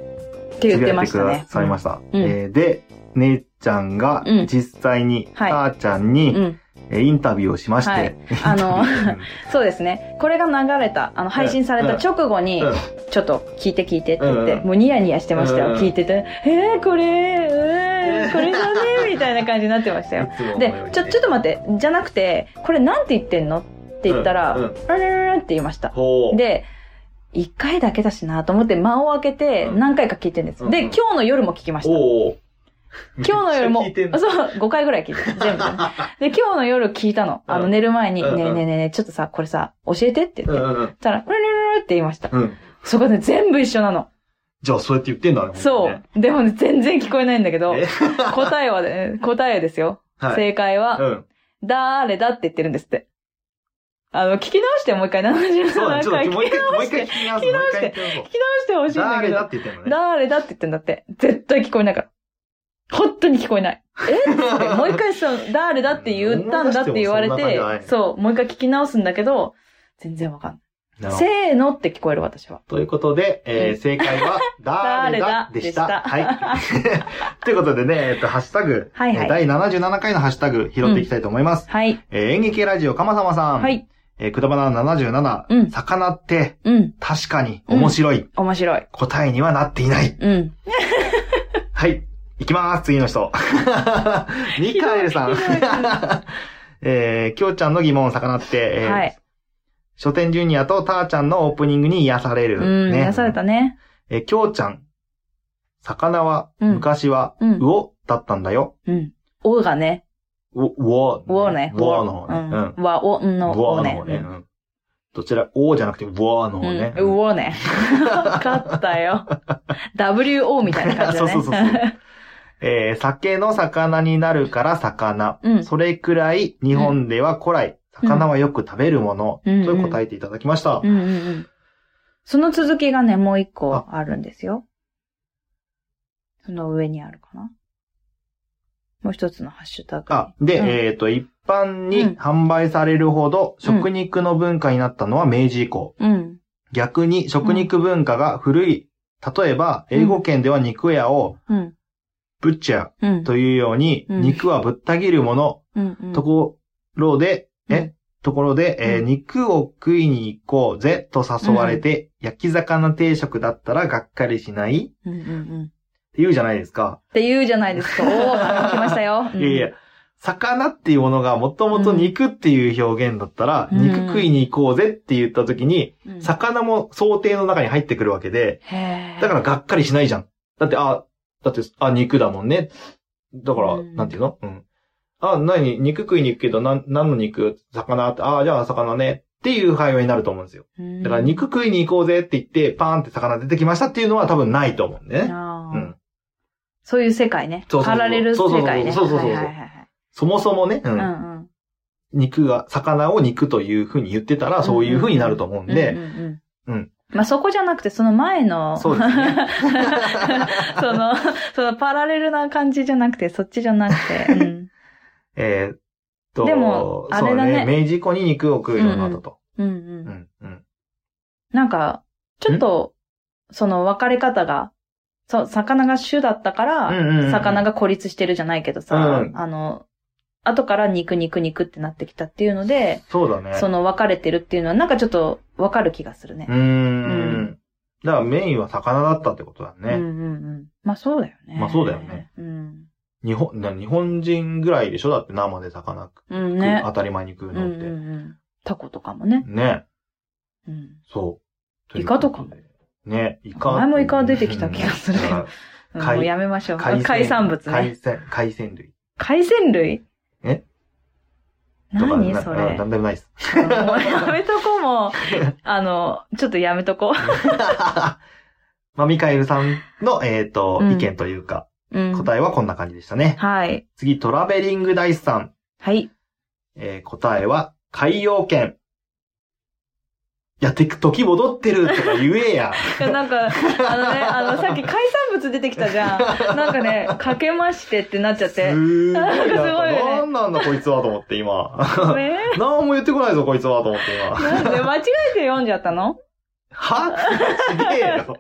[SPEAKER 2] て言ってましたね
[SPEAKER 1] くだ。さいました。
[SPEAKER 2] うん
[SPEAKER 1] えーで、姉ちゃんが
[SPEAKER 2] うん
[SPEAKER 1] 実際に、
[SPEAKER 2] はい
[SPEAKER 1] あーちゃんに、
[SPEAKER 2] うん。
[SPEAKER 1] えーインタビューをしまして、
[SPEAKER 2] はいあの
[SPEAKER 1] う ん
[SPEAKER 2] そうですね。これが流れた、あの、配信された直後に
[SPEAKER 1] うん、
[SPEAKER 2] ちょっと聞いて聞いてって言って、
[SPEAKER 1] うん
[SPEAKER 2] もうニヤニヤしてました
[SPEAKER 1] うん
[SPEAKER 2] よ。聞いてて、えー、これ、えー、これだ ね、みたいな感じになってましたよ。で、ちょ、ちょっ
[SPEAKER 1] と、
[SPEAKER 2] と待って、じゃなくて、これなんて言ってんのって言ったら、
[SPEAKER 1] うんう
[SPEAKER 2] うんらららって言いました。
[SPEAKER 1] ほう、
[SPEAKER 2] で、一回だけだしなと思って間を空けて
[SPEAKER 1] うん
[SPEAKER 2] 何回か聞いてるんです。
[SPEAKER 1] うんうん
[SPEAKER 2] で、今日の夜も聞きました。
[SPEAKER 1] おう
[SPEAKER 2] 今日の夜も、
[SPEAKER 1] め
[SPEAKER 2] そ
[SPEAKER 1] っちゃ聞いてんの
[SPEAKER 2] う、5回ぐらい聞いてる、全部。で、今日の夜聞いたの。あ
[SPEAKER 1] う
[SPEAKER 2] の、
[SPEAKER 1] ん
[SPEAKER 2] 寝る前に、
[SPEAKER 1] うんうん
[SPEAKER 2] ねえねえねえねえ、ちょっとさ、これさ、教えてって言って。
[SPEAKER 1] うんうん
[SPEAKER 2] たら、ルルルルって言いました。
[SPEAKER 1] うん。うん。
[SPEAKER 2] そこで全部一緒なの。
[SPEAKER 1] じゃあ、そうやって言ってんだね。
[SPEAKER 2] そ
[SPEAKER 1] 本
[SPEAKER 2] う。でもね、全然聞こえないんだけ
[SPEAKER 1] 当
[SPEAKER 2] ど
[SPEAKER 1] にね、
[SPEAKER 2] 答えはね、答えですよ。
[SPEAKER 1] えはい。
[SPEAKER 2] 正解
[SPEAKER 1] う
[SPEAKER 2] は、
[SPEAKER 1] ん。
[SPEAKER 2] だーれだって言ってるんですって。あの、聞き直してもう一回77
[SPEAKER 1] そうだね、
[SPEAKER 2] 回
[SPEAKER 1] ちょっともう
[SPEAKER 2] 聞
[SPEAKER 1] 一回、
[SPEAKER 2] き
[SPEAKER 1] も
[SPEAKER 2] 直
[SPEAKER 1] う
[SPEAKER 2] し
[SPEAKER 1] 一回聞
[SPEAKER 2] て、
[SPEAKER 1] き直す。もう一回聞き直
[SPEAKER 2] 聞き直してほし
[SPEAKER 1] す。
[SPEAKER 2] いんだ
[SPEAKER 1] 誰
[SPEAKER 2] け
[SPEAKER 1] だ
[SPEAKER 2] ど
[SPEAKER 1] っ、て言ってんのね。
[SPEAKER 2] だーれだって言ってんだって。絶対聞こえないから。本当に聞こえない。えっつって、 もう一回そう、だーれだって言ったんだって言われ
[SPEAKER 1] 思い出してもそんな感じじゃない
[SPEAKER 2] て、そう、もう一回聞き直すんだけど、全然わかん
[SPEAKER 1] な
[SPEAKER 2] な
[SPEAKER 1] るほ
[SPEAKER 2] い。
[SPEAKER 1] ど
[SPEAKER 2] せーのって聞こえる私は。
[SPEAKER 1] ということで、え
[SPEAKER 2] うん
[SPEAKER 1] ー、正解は、誰だでした。
[SPEAKER 2] 誰だで
[SPEAKER 1] はい。という ことでね、えっと、ハッシュタグ、
[SPEAKER 2] はいは
[SPEAKER 1] え
[SPEAKER 2] い
[SPEAKER 1] ー第77回のハッシュタグ拾っていきたいと思います。
[SPEAKER 2] はい。
[SPEAKER 1] えー演劇ラジオかまさまさん、
[SPEAKER 2] はい。
[SPEAKER 1] えー、くだばな77、
[SPEAKER 2] うん
[SPEAKER 1] 魚って
[SPEAKER 2] うん。
[SPEAKER 1] 確かに面白い、
[SPEAKER 2] 面白い。
[SPEAKER 1] 答えにはなっていない。
[SPEAKER 2] うん。
[SPEAKER 1] はい。いきます、次の 人。ミカエルさん
[SPEAKER 2] ひどいひどい。
[SPEAKER 1] えー、きょうちゃんの疑問、魚って、えー
[SPEAKER 2] はい
[SPEAKER 1] 書店ジュニアとターちゃんのオープニングに癒される。
[SPEAKER 2] うん。癒されたね。
[SPEAKER 1] えー、きょうちゃん、魚は、
[SPEAKER 2] うん
[SPEAKER 1] 昔は、
[SPEAKER 2] うん
[SPEAKER 1] 魚だったんだよ。
[SPEAKER 2] うん。おがね。
[SPEAKER 1] う魚、
[SPEAKER 2] おね。
[SPEAKER 1] 魚の方ね。うん。
[SPEAKER 2] うん。わ、お、んの、お
[SPEAKER 1] 魚の
[SPEAKER 2] ね
[SPEAKER 1] 方。ね。うんどちら、おじゃなくて、魚の方ね。
[SPEAKER 2] うん。う おね。わかったよ。WO みたいな感じだ ね。
[SPEAKER 1] そうそうそう そうえー酒の魚になるから魚。
[SPEAKER 2] うん
[SPEAKER 1] それくらい日本では古来、
[SPEAKER 2] うん
[SPEAKER 1] 魚はよく食べるもの、
[SPEAKER 2] うん
[SPEAKER 1] と答えていただきました。
[SPEAKER 2] うんうんうん。その続きがね、もう一個あるんですよ。その上にあるかな。もう一つのハッシュタグ。
[SPEAKER 1] あ、で、
[SPEAKER 2] うん
[SPEAKER 1] えっ、と、一般
[SPEAKER 2] う
[SPEAKER 1] に
[SPEAKER 2] ん
[SPEAKER 1] 販売されるほど食肉の文化になったのは明治以降。
[SPEAKER 2] うん。
[SPEAKER 1] 逆に食肉文化が古い、例えば、英語圏では肉屋を
[SPEAKER 2] うん。
[SPEAKER 1] ブッチャ
[SPEAKER 2] うん
[SPEAKER 1] ー。というように、
[SPEAKER 2] うん
[SPEAKER 1] 肉はぶった切るもの、
[SPEAKER 2] うんうん。
[SPEAKER 1] ところで、
[SPEAKER 2] うん
[SPEAKER 1] えところで、えー
[SPEAKER 2] うん
[SPEAKER 1] 肉を食いに行こうぜと誘われて、焼き魚定食だったらがっかりしない
[SPEAKER 2] うんうんうん。っ
[SPEAKER 1] って言うじゃないですか。
[SPEAKER 2] て言うじゃない ですか。おー、来ましたよ。うん
[SPEAKER 1] いやいや、魚っていうものがもともと肉っていう表現だったら、
[SPEAKER 2] うん
[SPEAKER 1] 肉食いに行こうぜって言った時に、
[SPEAKER 2] うん
[SPEAKER 1] 魚も想定の中に入ってくるわけで、
[SPEAKER 2] へー
[SPEAKER 1] だからがっかりしないじゃん。だって、あ、だって、あ、肉だもんね。だから、
[SPEAKER 2] うん
[SPEAKER 1] なんていうのうん。あ、なに、肉食いに行くけど、なん、何の肉魚って、あ、じゃあ魚ね。っていう会話になると思うんですよ。
[SPEAKER 2] うん
[SPEAKER 1] だから、肉食いに行こうぜって言って、パーンって魚出てきましたっていうのは多分ないと思うんだよね。
[SPEAKER 2] あー
[SPEAKER 1] うん。
[SPEAKER 2] そういう世界ね。
[SPEAKER 1] そうそうそう
[SPEAKER 2] パラレル世界ね。
[SPEAKER 1] そうそうそうそう
[SPEAKER 2] はいはいはいはい
[SPEAKER 1] そもそもね、う。
[SPEAKER 2] うんんうん
[SPEAKER 1] 肉が、魚を肉という風に言ってたら、そういう風になると思うん
[SPEAKER 2] うん
[SPEAKER 1] で、
[SPEAKER 2] うんう
[SPEAKER 1] うんん。
[SPEAKER 2] まあ、そこじゃなくて、その前の、
[SPEAKER 1] そうですね
[SPEAKER 2] その、そのパラレルな感じじゃなくて、そっちじゃなくて、うん。
[SPEAKER 1] えーっと、
[SPEAKER 2] でもあれだ
[SPEAKER 1] そ
[SPEAKER 2] ね
[SPEAKER 1] う明治以降に肉を食うようになったと。
[SPEAKER 2] うん
[SPEAKER 1] う
[SPEAKER 2] うん。
[SPEAKER 1] ん、うん。
[SPEAKER 2] なんか、ちょっと、その分かれ方が、そう、魚が種だったか
[SPEAKER 1] うんうんう
[SPEAKER 2] ら、
[SPEAKER 1] ん
[SPEAKER 2] 魚が孤立してるじゃないけどさ
[SPEAKER 1] う、ん
[SPEAKER 2] あの、後から肉肉肉ってなってきたっていうので、
[SPEAKER 1] そうだね。
[SPEAKER 2] その分かれてるっていうのは、なんかちょっと分かる気がするね
[SPEAKER 1] う。ーん
[SPEAKER 2] う。
[SPEAKER 1] だからメインは魚だったってことだ
[SPEAKER 2] うん
[SPEAKER 1] ね。
[SPEAKER 2] うんうん。まあそうだよね。
[SPEAKER 1] まあそうだよね。
[SPEAKER 2] うん。
[SPEAKER 1] 日本、な日本人ぐらいでしょだって生で魚食
[SPEAKER 2] うん
[SPEAKER 1] う、
[SPEAKER 2] ね。
[SPEAKER 1] 当たり前に食う
[SPEAKER 2] うん
[SPEAKER 1] の
[SPEAKER 2] う
[SPEAKER 1] っ
[SPEAKER 2] ん
[SPEAKER 1] て。
[SPEAKER 2] うん。タコとかもね。
[SPEAKER 1] ね。
[SPEAKER 2] うん。
[SPEAKER 1] そう。
[SPEAKER 2] イカとかも
[SPEAKER 1] ね、イカ。
[SPEAKER 2] 前もイカ出てきた気がする
[SPEAKER 1] うんだか海
[SPEAKER 2] うんもうやめましょう。
[SPEAKER 1] ら
[SPEAKER 2] 海産物ね
[SPEAKER 1] 海。鮮、海鮮類。
[SPEAKER 2] 海鮮類
[SPEAKER 1] えとか
[SPEAKER 2] 何
[SPEAKER 1] な
[SPEAKER 2] そ
[SPEAKER 1] な
[SPEAKER 2] れ。
[SPEAKER 1] なんでもないです。
[SPEAKER 2] もうやめとこ うもう。あの、ちょっとやめとこ
[SPEAKER 1] まあ、ミカエルさんの、えっ、と、
[SPEAKER 2] うん
[SPEAKER 1] 意見というか、
[SPEAKER 2] う。うん。
[SPEAKER 1] 答えはこんな感じでしたね。
[SPEAKER 2] はい。
[SPEAKER 1] 次、トラベリングダイスさん。
[SPEAKER 2] はい。
[SPEAKER 1] えー答えは、海洋圏。いや、てく、時戻ってるとか言え や。
[SPEAKER 2] いやなんか、あのね、あの、さっき海産物出てきたじゃん。なんかね、かけましてってなっちゃっ
[SPEAKER 1] す
[SPEAKER 2] て。
[SPEAKER 1] ーごいなんか、
[SPEAKER 2] すごいね
[SPEAKER 1] なんなんだこいつはと思って今。
[SPEAKER 2] ごめん。
[SPEAKER 1] なんも言ってこないぞこいつはと思って今。
[SPEAKER 2] なんで間違えて読んじゃったの
[SPEAKER 1] はすげえよ。
[SPEAKER 2] わざと